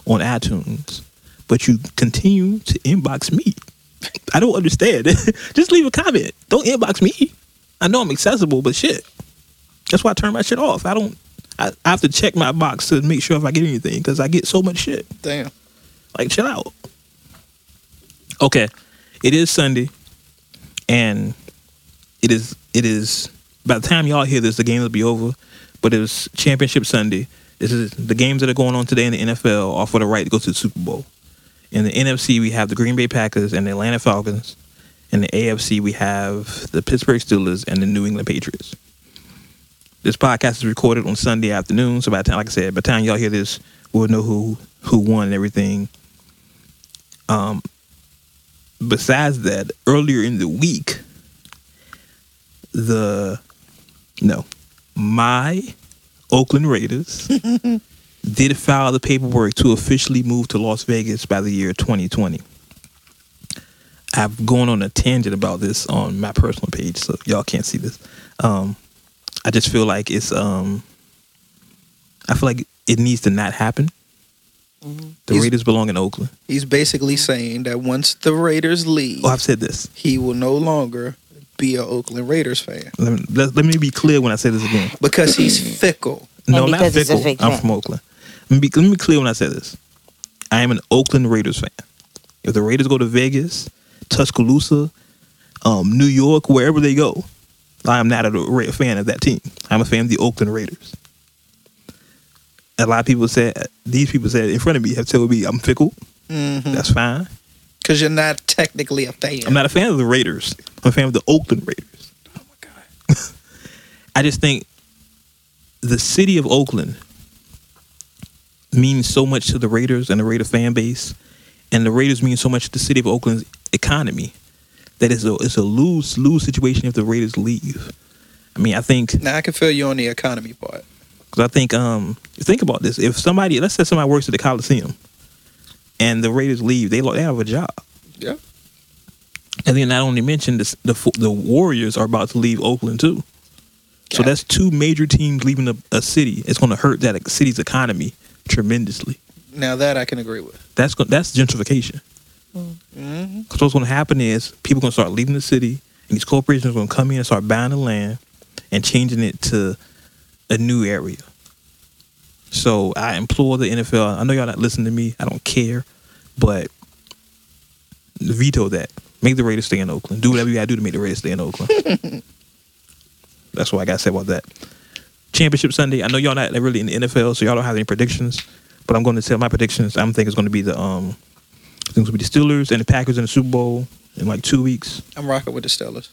on iTunes, but you continue to inbox me. I don't understand. Just leave a comment. Don't inbox me. I know I'm accessible, but shit. That's why I turn my shit off. I don't. I, I have to check my box to make sure if I get anything because I get so much shit.
Damn.
Like, chill out. Okay, it is Sunday, and it is it is. By the time y'all hear this, the game will be over. But it was Championship Sunday. This is the games that are going on today in the NFL are for the right to go to the Super Bowl. In the NFC, we have the Green Bay Packers and the Atlanta Falcons. In the AFC, we have the Pittsburgh Steelers and the New England Patriots. This podcast is recorded on Sunday afternoon, so by the time, like I said, by the time y'all hear this, we'll know who who won and everything. Um, besides that, earlier in the week, the no, my Oakland Raiders did file the paperwork to officially move to Las Vegas by the year 2020. I've gone on a tangent about this on my personal page, so y'all can't see this. Um, I just feel like it's um, I feel like it needs to not happen. The
Is-
Raiders belong in Oakland.
He's basically saying that once the Raiders leave,
Oh, I've said this.
he will no longer be an Oakland Raiders fan
Let me, let, let me be clear when I say this again.
because he's fickle.
No,
And
not
because it's a
fickle.
fake
I'm
fan.
from Oakland. Let me, be, let me be clear when I say this. I am an Oakland Raiders fan. If the Raiders go to Vegas, Tuscaloosa, um, New York, wherever they go, I am not a Ra- fan of that team. I'm a fan of the Oakland Raiders. A lot of people said these people said in front of me have told me I'm fickle.
Mm.
Because
That's fine.
Mm-hmm. you're not technically a fan.
I'm not a fan of the Raiders. I'm a fan of the Oakland Raiders.
Oh my God.
I just think the city of Oakland means so much to the Raiders and the Raider fan base, and the Raiders mean so much to the city of Oakland's economy that it's a it's a lose lose situation if the Raiders leave. I mean, I think
Now I can feel you on the economy part.
because I think um think about this: if somebody, let's say somebody works at the Coliseum, and the Raiders leave, they lo- they have a job.
Yeah.
And then not only mention this, the fo- the Warriors are about to leave Oakland too. So
Got
that's two major teams leaving a, a city. It's going to hurt that city's economy tremendously.
Now that I can agree with.
That's go- that's gentrification.
Mm-hmm.
Because what's going to happen is people going to start leaving the city, and these corporations are going to come in and start buying the land and changing it to a new area. So I implore the NFL. I know y'all not listening to me. I don't care, but veto that. Make the Raiders stay in Oakland. Do whatever you got to do to make the Raiders stay in Oakland. That's what I got to say about that. Championship Sunday. I know y'all not really in the NFL, so y'all don't have any predictions. But I'm going to tell my predictions. I'm thinking it's going to be the um, I think it's going to be the Steelers and the Packers in the Super Bowl in like two weeks.
I'm rocking with the Steelers.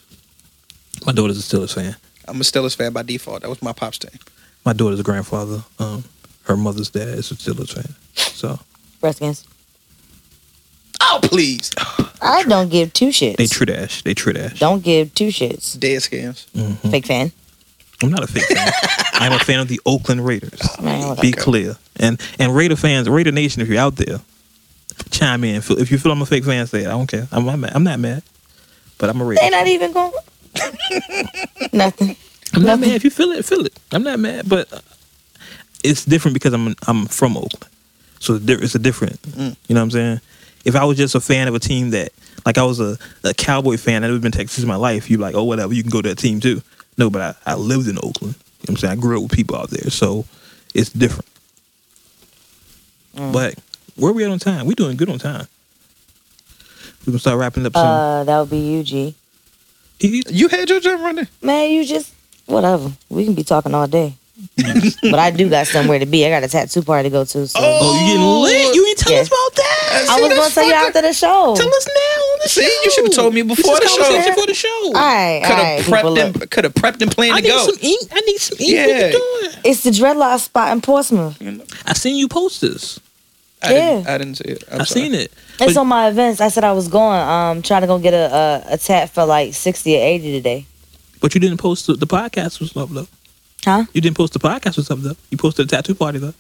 My daughter's a Steelers fan.
I'm a Steelers fan by default. That was my pop's team.
My daughter's grandfather, um, her mother's dad is a Steelers fan. So
Redskins.
Oh please,
I don't give two shits.
they trash. They trash.
don't give two shits.
dead skins.
Mhm.
Fake fan.
I'm not a fake fan. I'm a fan of the Oakland Raiders.
Man, what
Be
the-
clear. And and Raider fans, Raider Nation, if you're out there, chime in. Feel- If you feel I'm a fake fan, say it. I don't care. I'm not mad. I'm not mad. But I'm a Raider.
They not even going. Nothing.
I'm not
Nothing.
mad. If you feel it, feel it. I'm not mad, but uh, it's different because I'm I'm from Oakland, so there- it's a different. You know what I'm saying? If I was just a fan of a team that, like, I was a, a Cowboy fan, I've never been to Texas in my life. You're like, oh, whatever, you can go to that team too. No, but I, I lived in Oakland. You know what I'm saying? I grew up with people out there, so it's different. But where we at on time? We doing good on time. We gonna start wrapping up soon.
Uh, that would be UG.
He- he-
You had your gym running.
Man, you just whatever. We can be talking all day. but I do got somewhere to be. I got a tattoo party to go to. So
Oh,
oh, you getting lit? You ain't tell
Yeah.
us about that.
I was gonna
that's
tell you
fucking-
after the show.
Tell us now on the
See,
show.
you should've told me
This
before
is
the show.
conversation for the show.
all right,
Could
all
have
right. people,
prepped
look.
and could have prepped and planned
I
to
need
go.
some ink. I need some ink. What
Yeah.
you doing?
It's the dreadlock spot in Portsmouth.
I seen you post this.
I didn't,
Yeah.
I didn't see it. I'm
I seen it.
It's
But-
on my events. I said I was going, um, trying to go get a, a a tat for like sixty or eighty today.
But you didn't post the, the podcast was up though.
Huh?
You didn't post the podcast was up though. You posted the tattoo party though.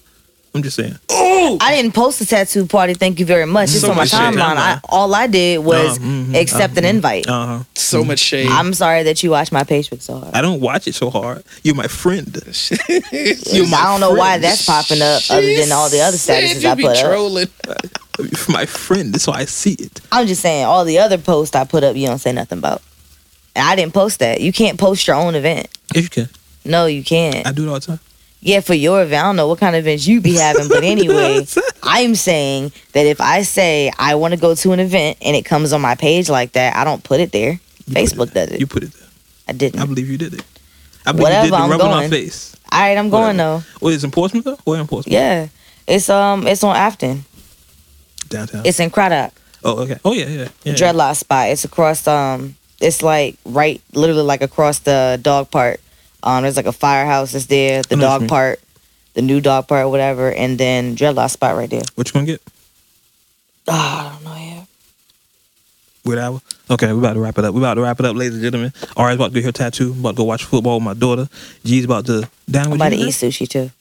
I'm just saying.
I didn't post a tattoo party. Thank you very much. It's
So
on my
much shit.
timeline. I, all I did was
Uh, mhm,
accept an invite.
Uh huh.
So much shade.
Mm. I'm sorry that you watched my Facebook so hard.
I don't watch it so hard. You're my friend.
I
You're
don't
my
know why
friend.
that's popping up other than all the other
Said
statuses
you
I
be
put up.
trolling.
You're my friend. That's why I see it.
I'm just saying all the other posts I put up you don't say nothing about. And I didn't post that. You can't post your own event.
If you can,
No, you can't.
I do it all the time.
Yeah, for your event, I don't know what kind of events you be having, but anyway, I'm saying that if I say I want to go to an event and it comes on my page like that, I don't put it there. Facebook does it.
You put it there.
I didn't.
I believe you did it. I believe
Whatever,
you did the
I'm
rub on our
going.
face.
All right, I'm going
Whatever.
though.
What is it in Portsmouth though? Where in Portsmouth?
Yeah, it's um, it's on Afton.
Downtown.
It's in Craddock,
oh okay. Oh yeah yeah. yeah.
dreadlock spot. It's across um, it's like right, literally like across the dog park. Um, there's like a firehouse that's there, the
I know what you
dog
mean.
park, the new dog park, whatever, and then dreadlock spot right there.
What you gonna get?
Ah, I don't know yeah.
Weird hour. Okay, we're about to wrap it up. We're about to wrap it up, ladies and gentlemen. Ari's about to get her tattoo. I'm about to go watch football with my daughter. G's about to down
I'm
with
about to
you,
eat
man?
sushi too.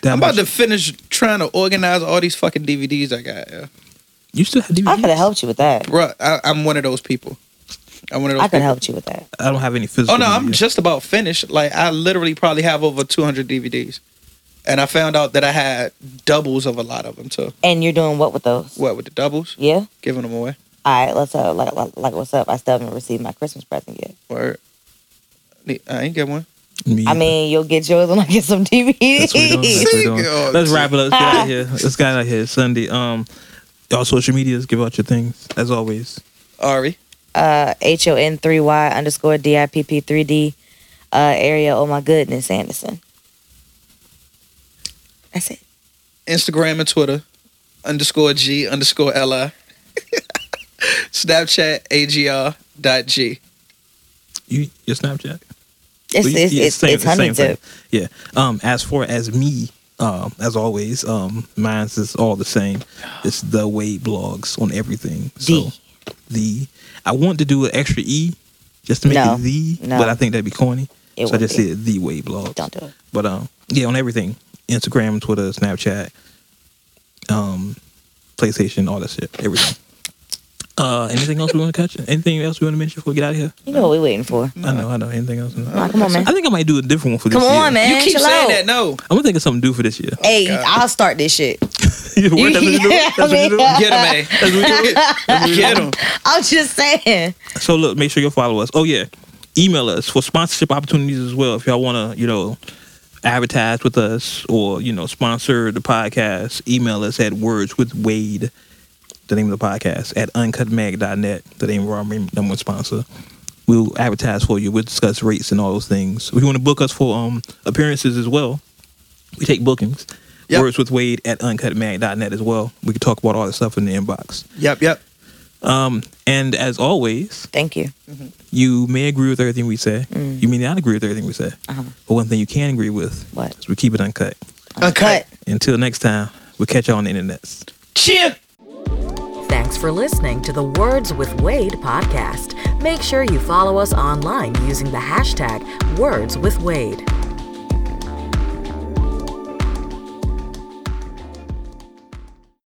Down
I'm
with
about to finish trying to organize all these fucking DVDs I got. Yeah.
you. You still have DVDs?
I could have helped you with that.
Bruh, I, I'm one of those people. I'm one of those
I could
people.
have helped you with that.
I don't have any physical.
Oh no, I'm
DVDs.
just about finished. Like I literally probably have over 200 DVDs, and I found out that I had doubles of a lot of them too.
And you're doing what with those?
What with the doubles?
Yeah.
Giving them away.
All right, let's uh, like, like, like, what's up? I still haven't received my Christmas present yet.
Or I ain't get one.
Me.
I mean, you'll get yours when I get some
That's what we're doing. That's
DVDs.
what we're doing.
Single.
Let's wrap it up. Let's get out of here. Let's get out of here. Sunday. Um, y'all social medias. Give out your things as always.
Ari,
uh H O N three Y underscore D I P P three D uh area. Oh my goodness, Anderson. That's it.
Instagram and Twitter, underscore G underscore Li. Snapchat agr dot g.
You your Snapchat.
It's
Well,
it's
yeah,
it's, it's honey
thing.
dip.
Yeah. Um, as far as me, um, as always, um, mine's is all the same. It's the way blogs on everything. So
D.
the I want to do an extra e just to make
No.
it the,
No.
but I think that'd be corny.
It
so I
would
just
be.
said the way blogs.
Don't do it.
But um, yeah, on everything, Instagram, Twitter, Snapchat, um, PlayStation, all that shit, everything. Uh, anything else we want to catch? Anything else we want to mention before we get out of here?
You know what we're waiting for.
I know, I know. Anything else?
Nah, come on, man.
I think I might do a different one for this
Come
year.
on, man.
You keep
chill
saying
out.
that. No,
I'm gonna think of something to do for this year.
Hey,
God.
I'll start this shit.
What, that's what you do? That's what you do?
get him, man. get him.
I'm just saying.
So look, make sure you follow us. Oh yeah, email us for sponsorship opportunities as well. If y'all wanna, you know, advertise with us or you know sponsor the podcast, email us at words with Wade, the name of the podcast at uncutmag.net, the name of our main- number one sponsor. We'll advertise for you. We'll discuss rates and all those things. If you want to book us for um appearances as well, we take bookings.
Yep.
Words with Wade at uncutmag.net as well. We can talk about all the stuff in the inbox.
Yep, yep.
Um, and as always,
Thank you.
you may agree with everything we say. You may not agree with everything we say.
Mm. Uh-huh.
But one thing you can agree with
What?
is we keep it uncut.
Okay.
Cut.
Until next time, we'll catch y'all on the internet.
Chip.
Thanks for listening to the Words with Wade podcast. Make sure you follow us online using the hashtag Words with Wade.